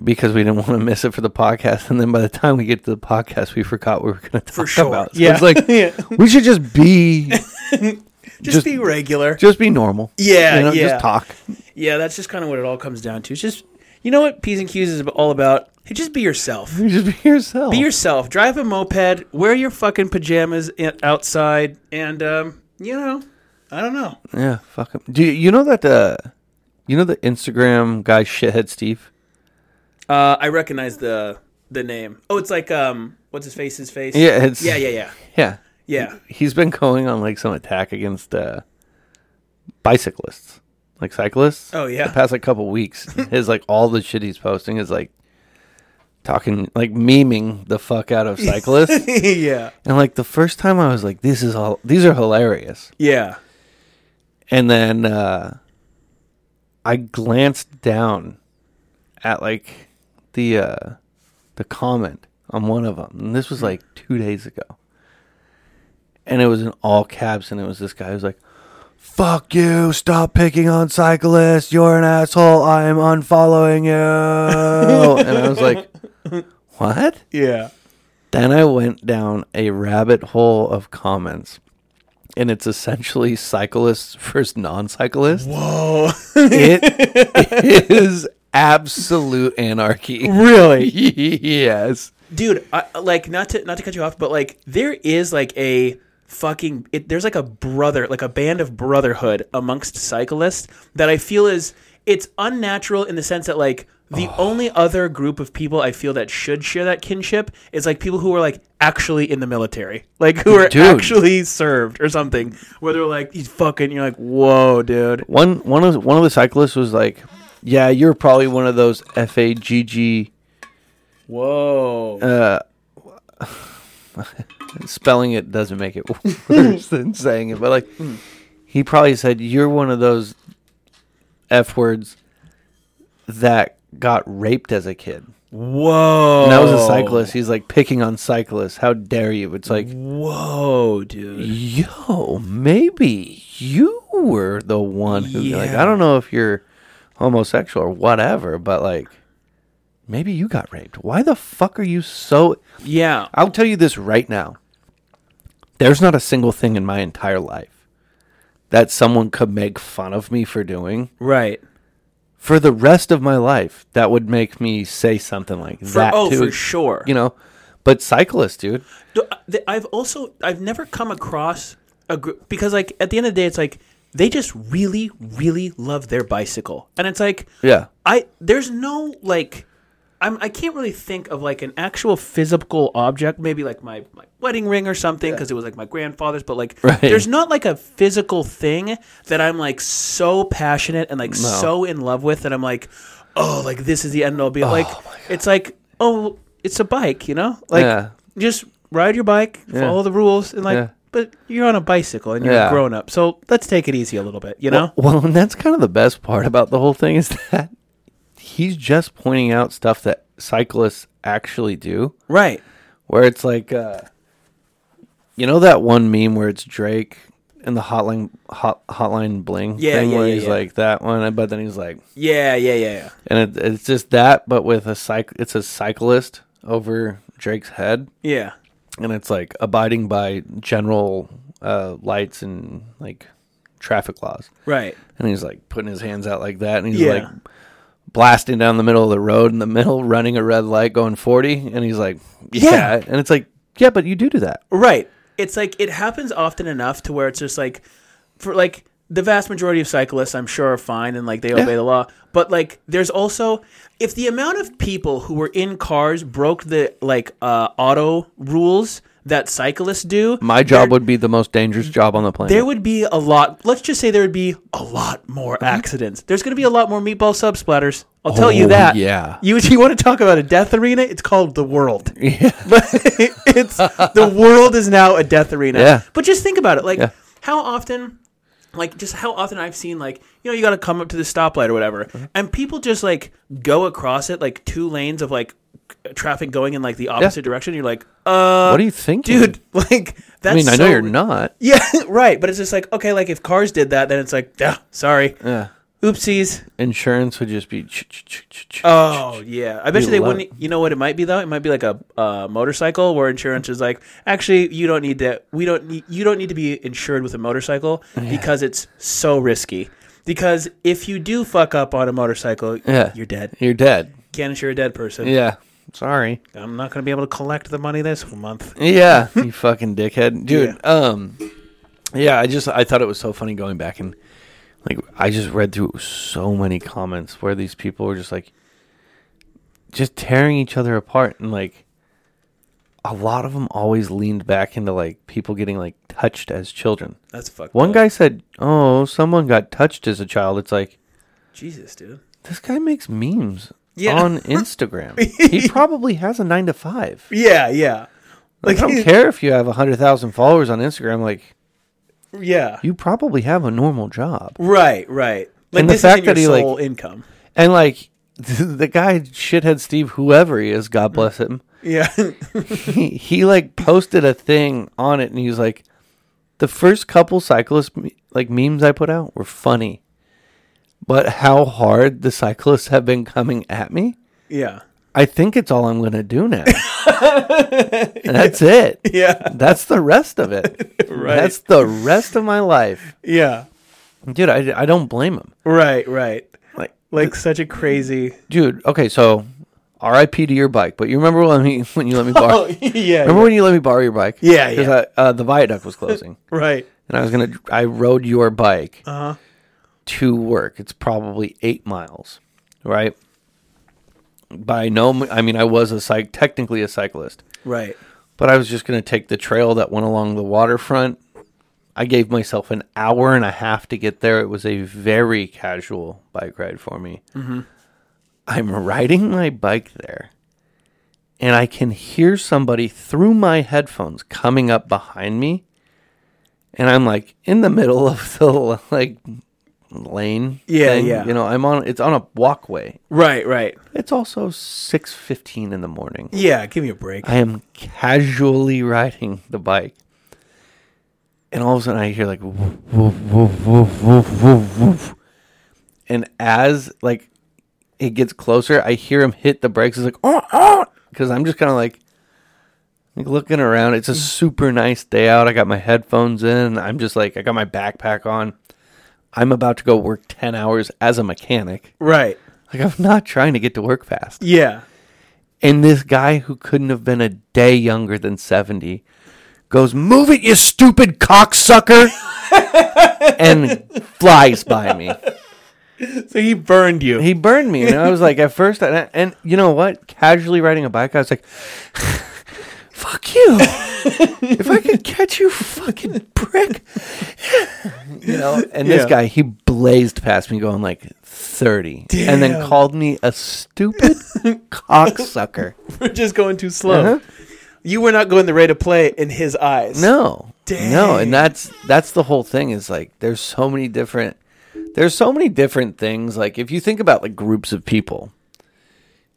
because we didn't want to miss it for the podcast and then by the time we get to the podcast, we forgot what we were going to talk sure. about. So Yeah. It's like Yeah. we should just be Just, be regular. just be normal. Yeah, You know, yeah. Just talk. Yeah, that's just kind of what it all comes down to. It's just you know what P's and Q's is all about? Hey, just be yourself. You Just be yourself. Be yourself. Drive a moped, wear your fucking pajamas in- outside and um, you know, I don't know. Yeah, fuck him. Do you, you know that? Uh, you know the Instagram guy, shithead Steve. Uh, I recognize the the name. Oh, it's like um what's his face his face? Yeah, it's- Yeah, yeah, yeah. Yeah, Yeah. he's been going on like some attack against uh, bicyclists, like cyclists. Oh, yeah. the past like couple weeks, his like all the shit he's posting is like talking, like memeing the fuck out of cyclists. yeah. and like the first time, I was like, "This is all. These are hilarious." Yeah. And then uh, I glanced down at like the uh, the comment on one of them, and this was like two days ago. And it was in all caps, and it was this guy who's like, "Fuck you! Stop picking on cyclists. You're an asshole. I'm unfollowing you." and I was like, "What?" Yeah. Then I went down a rabbit hole of comments, and it's essentially cyclists versus non-cyclists. Whoa! it is absolute anarchy. Really? yes. dude I, like not to not to cut you off but like there is like a fucking it, there's like a brother like a band of brotherhood amongst cyclists that i feel is it's unnatural in the sense that like the Oh. only other group of people i feel that should share that kinship is like people who are like actually in the military like who are Dude. actually served or something where they're like he's fucking you're like whoa dude One one of one of the cyclists was like, "Yeah, you're probably one of those F A G G whoa spelling it doesn't make it worse than saying it, but like he probably said you're one of those f words that got raped as a kid. whoa And that was a Oh. cyclist. He's like picking on cyclists. How dare you? It's like, whoa dude yo, maybe you were the one who like I don't know if you're homosexual or whatever, but like maybe you got raped. Why the fuck are you so yeah I'll tell you this right now. There's not a single thing in my entire life that someone could make fun of me for doing right for the rest of my life that would make me say something like for, that oh to for sure you know. But cyclists, dude. No, I- th- I've also I've never come across a group because like at the end of the day it's like they just really really love their bicycle and it's like Yeah. I there's no like I'm I can't really think of like an actual physical object maybe like my, my wedding ring or something because it was like my grandfather's but like Right. there's not like a physical thing that I'm like so passionate and like so in love with that I'm like oh like this is the end all be like it's like oh it's a oh, bike you know like yeah. just ride your bike, follow the rules, and like. Yeah. But you're on a bicycle and you're Yeah. a grown up, so let's take it easy a little bit, you know. Well, and that's kind of the best part about the whole thing is that he's just pointing out stuff that cyclists actually do, right. where it's like, uh, you know, that one meme where it's Drake and the hotline hot, hotline bling Yeah, thing, yeah, where yeah, he's yeah. like that one, but then he's like, Yeah, yeah, yeah, yeah. and it, it's just that, but with a cyc, it's a cyclist over Drake's head, Yeah. and it's like abiding by general uh, lights and like traffic laws. Right. And he's like putting his hands out like that, and he's Yeah. like blasting down the middle of the road in the middle, running a red light, going forty, and he's like, yeah. Yeah. and it's like, yeah, but you do do that, Right. It's like it happens often enough to where it's just like for like the vast majority of cyclists I'm sure are fine and like they obey the law. But like there's also if the amount of people who were in cars broke the like uh auto rules that cyclists do, my job would be the most dangerous job on the planet. there would be a lot let's just say there would be a lot Mm-hmm. more accidents. There's gonna be a lot more meatball sub splatters. I'll tell you Oh, that. yeah. You you want to talk about a death arena? It's called the world. But it's the world is now a death arena. Yeah. But just think about it. Like Yeah. how often like just how often I've seen like, you know, you gotta come up to the stoplight or whatever. Mm-hmm. And people just like go across it like two lanes of like c- traffic going in like the opposite direction. You're like, uh what do you think, dude, like that's I mean, I know so- you're not. Yeah, right. But it's just like, okay, like if cars did that, then it's like, ah, sorry. Yeah. Oopsies. Insurance would just be. ch- ch- ch- ch- ch- Oh yeah, I bet you they love wouldn't. e-, You know what it might be though? It might be like a uh, motorcycle where insurance is like, actually, you don't need that. We don't need you don't need to be insured with a motorcycle because it's so risky. Because if you do fuck up on a motorcycle, Yeah. you're dead. You're dead. Can't insure a dead person. Yeah. Sorry. I'm not going to be able to collect the money this month. Yeah, you fucking dickhead, dude. Yeah. Um, yeah, I just I thought it was so funny going back and like I just read through so many comments where these people were just like just tearing each other apart and like a lot of them always leaned back into like people getting like touched as children. That's fucked. One up. guy said, "Oh, someone got touched as a child." It's like Jesus, dude. this guy makes memes Yeah. on Instagram. he probably has a 9 to 5. Yeah, yeah, Like, I don't care if you have 100,000 followers on Instagram. Like, yeah. you probably have a normal job. Right, right. Like And the this fact isn't your that he, like- sole income. And, like, the guy, shithead Steve, whoever he is, God bless him, Yeah. he, he, like, posted a thing on it and he was like, the first couple cyclist, me- like, memes I put out were funny. But how hard the cyclists have been coming at me, yeah. I think it's all I'm going to do now. And that's it. Yeah. That's the rest of it. That's the rest of my life. Yeah. Dude, I, I don't blame him. Right, right. Like, Like such a crazy dude. Okay, so R.I.P. to your bike, but you remember when me when you let me borrow? Oh, yeah. Oh, remember when you let me borrow your bike? Yeah, yeah. I, uh, the viaduct was closing, Right. and I was gonna. I rode your bike Uh-huh. to work. It's probably eight miles, right? By no, m- I mean I was a cyc technically a cyclist, Right. but I was just gonna take the trail that went along the waterfront. I gave myself an hour and a half to get there. It was a very casual bike ride for me. Mm-hmm. I'm riding my bike there, and I can hear somebody through my headphones coming up behind me, and I'm like in the middle of the like lane. Yeah, yeah. You know, I'm on. It's on a walkway. Right, right. It's also six fifteen in the morning. Yeah, give me a break. I am casually riding the bike. And all of a sudden I hear like woof, woof, woof, woof, woof, woof, woof. And as like it gets closer, I hear him hit the brakes. It's like, oh, oh, because I'm just kind of like, like looking around. It's a super nice day out. I got my headphones in. I'm just like, I got my backpack on. I'm about to go work 10 hours as a mechanic. Right. Like, I'm not trying to get to work fast. Yeah. And this guy who couldn't have been a day younger than 70 goes, Move it, you stupid cocksucker! and flies by me. So he burned you. He burned me. And I was like, At first, and, and you know what? Casually riding a bike, I was like, Fuck you. if I could catch you, fucking prick. you know? And this Yeah. guy, he blazed past me going like 30 and then called me a stupid cocksucker. We're just going too slow. You were not going the rate of play in his eyes. Uh-huh. No. No, Dang. and that's that's the whole thing is like there's so many different there's so many different things like if you think about like groups of people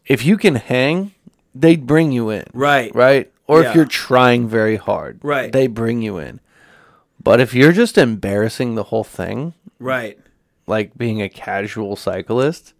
if you can hang they bring you in. Right. Right? Or Yeah. if you're trying very hard, Right. they bring you in. But if you're just embarrassing the whole thing, Right. like being a casual cyclist,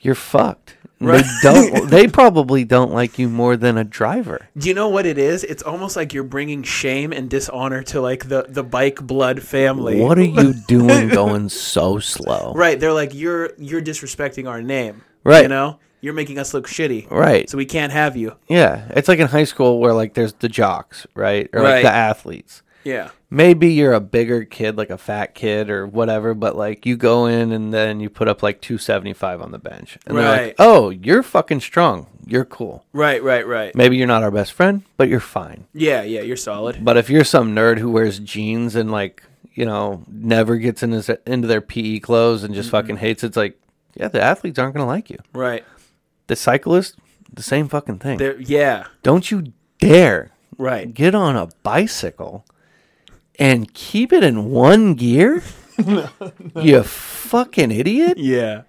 you're fucked. And They don't they probably don't like you more than a driver. Do you know what it is? It's almost like you're bringing shame and dishonor to like the the bike blood family. What are you doing going so slow? Right. They're like you're you're disrespecting our name. You Right. know? You're making us look shitty. Right. So we can't have you. Yeah, it's like in high school where like there's the jocks, right? Or Right. like the athletes. Yeah. Maybe you're a bigger kid, like a fat kid or whatever, but like you go in and then you put up like 275 on the bench. And they're Right. like, "Oh, you're fucking strong. You're cool. Right, right, right. Maybe you're not our best friend, but you're fine." Yeah, yeah, you're solid. But if you're some nerd who wears jeans and like, you know, never gets in his, into their PE clothes and Mm-hmm. just fucking hates it, it's like, yeah, the athletes aren't going to like you. Right. The cyclist, the same fucking thing. There yeah. Don't you dare Right. get on a bicycle and keep it in one gear? You fucking idiot. Yeah.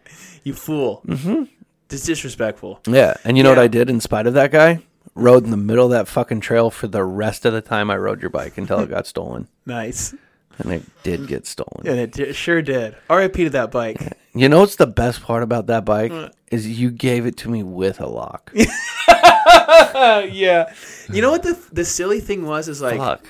You fool. Mm-hmm. It's disrespectful. Yeah. And you know what Yeah. I did in spite of that guy? Rode in the middle of that fucking trail for the rest of the time I rode your bike until it got stolen. Nice. And it did get stolen. And it di- sure did. R.I.P. to that bike. You know what's the best part about that bike is you gave it to me with a lock. Oh, yeah. You know what the the silly thing was is like Fuck.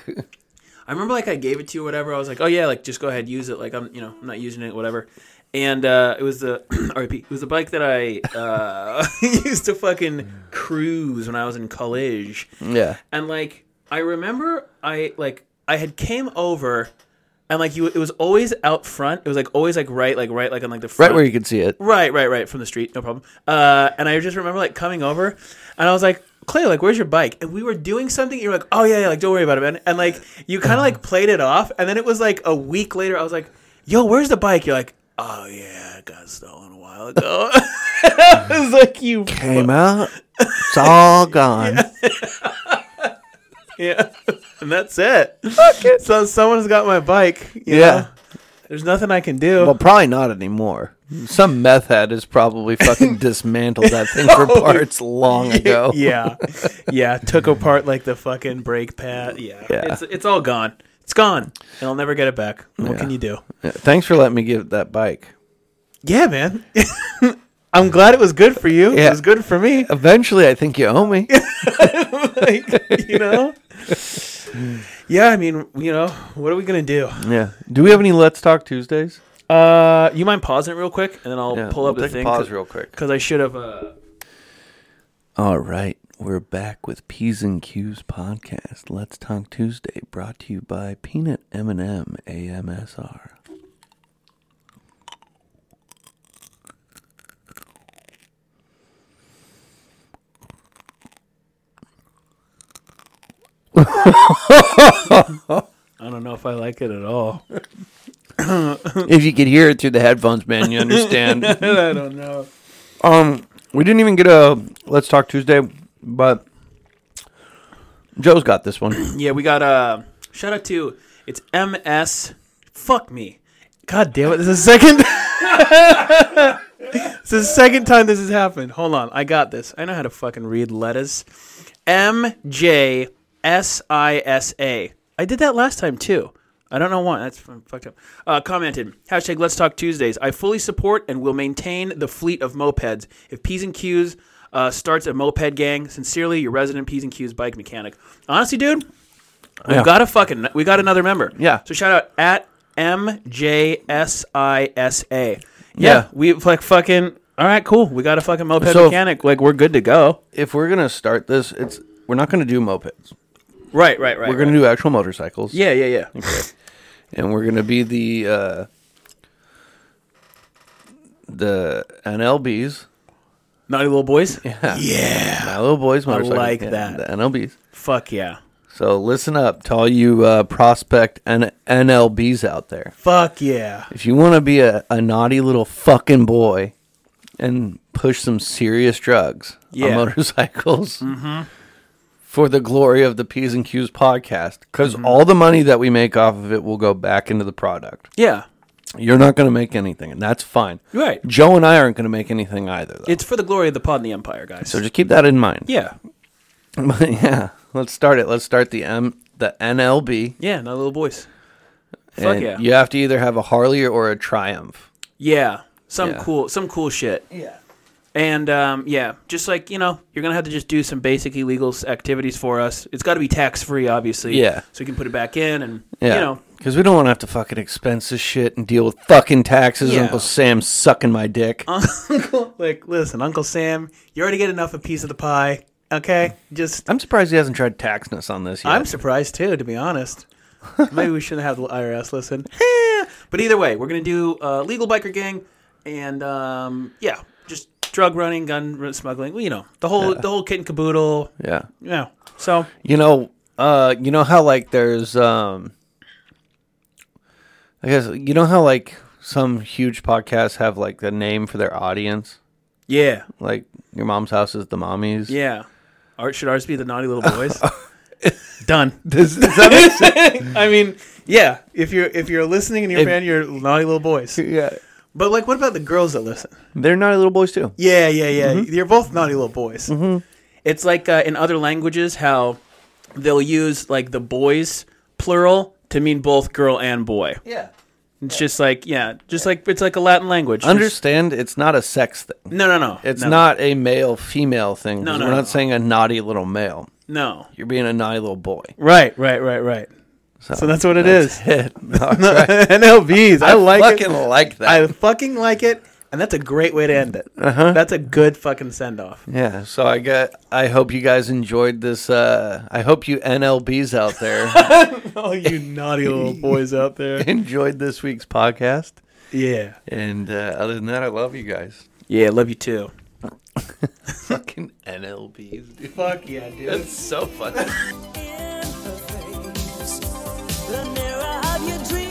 I remember like I gave it to you or whatever. I was like, oh yeah, like just go ahead use it. Like I'm you know I'm not using it whatever. And uh, it was the RIP. It was the bike that I uh, used to fucking cruise when I was in college. Yeah. And like I remember I like I had came over and like you it was always out front. It was like always like right like right like on like the front. Right where you could see it. Right, right, right from the street, no problem. Uh, and I just remember like coming over, and I was like, Clay, like, where's your bike? And we were doing something. You're like, oh yeah, yeah, like, don't worry about it, man. And like, you kind of like played it off, and then it was like a week later, I was like, yo, where's the bike? You're like, oh yeah, it got stolen a while ago. I Mm. was like, you, Came out. It's all gone. yeah, and that's it. So someone's got my bike. you Yeah. know? there's nothing I can do. Well, probably not anymore. Some meth head has probably fucking dismantled that thing for parts long ago. Oh, yeah, yeah. Took apart like the fucking brake pad. Yeah, Yeah. it's it's all gone. It's gone, and I'll never get it back. What can you do? Yeah, Thanks for letting me get that bike. Yeah, man. I'm glad it was good for you. It Yeah. was good for me. Eventually, I think you owe me. Like, you know. Yeah, I mean, you know, what are we gonna do? yeah. Do we have any Let's Talk Tuesdays? Uh, you mind pausing it real quick, and then I'll Yeah, pull up we'll the take a thing. pause cause, real quick. because I should have. Uh, All right. We're back with P's and Q's podcast. Let's Talk Tuesday, brought to you by Peanut M&M AMSR. I don't know if I like it at all. if you could hear it through the headphones, man, you understand. I don't know. Um, we didn't even get a Let's Talk Tuesday, but Joe's got this one. Yeah, we got uh shout out to it's MS fuck me. God damn it, this is the second It's the second time this has happened. Hold on, I got this. I know how to fucking read letters. M J S I S A. I did that last time too. I don't know why. That's f- fucked up. Uh, commented hashtag Let's Talk Tuesdays. I fully support and will maintain the fleet of mopeds. If P's and Q's uh, starts a moped gang, sincerely your resident P's and Q's bike mechanic. Honestly, dude, we've Yeah. got a fucking we got another member. Yeah. So shout out at M J S I S A. Yeah. Yeah, we like fucking. All right, cool. We got a fucking moped So- mechanic. Like we're good to go. If we're gonna start this, it's we're not gonna do mopeds. Right, right, right. We're gonna do actual motorcycles. Yeah, yeah, yeah. and we're gonna be the uh, the NLBs, Naughty little boys. my little boys motorcycles. like yeah, that. the NLBs. Fuck yeah. So listen up to all you uh, prospect and NLBs out there. Fuck yeah. If you want to be a, a naughty little fucking boy and push some serious drugs Yeah. Mm-hmm. on motorcycles, for the glory of the P's and Q's podcast because Mm-hmm. all the money that we make off of it will go back into the product. Yeah. You're not going to make anything, and that's fine. Right. Joe and I aren't going to make anything either. Though. It's for the glory of the pod and the empire, guys. so just keep that in mind. yeah. yeah. Let's start it. Let's start the M, the NLB. Yeah, not little boys. Fuck and yeah. You have to either have a Harley or a Triumph. Yeah. Some Yeah. cool some cool shit. Yeah. And um, yeah, just like, you know, you're going to have to just do some basic illegal s- activities for us. It's got to be tax free obviously. Yeah. So we can put it back in and Yeah. you know, because we don't want to have to fucking expense this shit and deal with fucking taxes. Yeah. Uh-huh. Uncle Sam sucking my dick. like listen, Uncle Sam, you already get enough a piece of the pie, okay? Just I'm surprised he hasn't tried taxing us on this yet. I'm surprised too, to be honest. Maybe we shouldn't have the IRS listen. but either way, we're gonna do uh, legal biker gang, and um, yeah, just drug running, gun r- smuggling. well, You know, the whole the whole kit and caboodle. yeah. Yeah. So You know, uh, you know how like there's, um, I guess you know how like some huge podcasts have like the name for their audience. yeah, Like your mom's house is the mommies. yeah. Art should ours be the naughty little boys. Done. Does, does that make sense? I mean, yeah. If you're if you're listening and you're a fan, you're naughty little boys. yeah. But like, what about the girls that listen? They're naughty little boys too. Yeah, yeah, yeah. You're both naughty little boys. It's like uh, in other languages how they'll use like the boys plural to mean both girl and boy. Yeah. It's just like yeah, just like it's like a Latin language. Just- Understand? It's not a sex thing. no, no, no. It's no, not a male female thing. 'cause No, no, we're no, not no. saying a naughty little male. no. You're being a naughty little boy. Right, right, right, right. So, that's what it is. NLBs. I, like fucking it. like that. I fucking like it, and that's a great way to end it. Uh-huh. That's a good fucking send off. yeah. So I got. I hope you guys enjoyed this. Uh, I hope you NLBs out there All you naughty little boys out there. enjoyed this week's podcast. Yeah. And uh, other than that, I love you guys. Yeah, love you too. Fucking NLBs, dude. Fuck yeah, dude. That's so funny. in her face. The mirror of your dreams.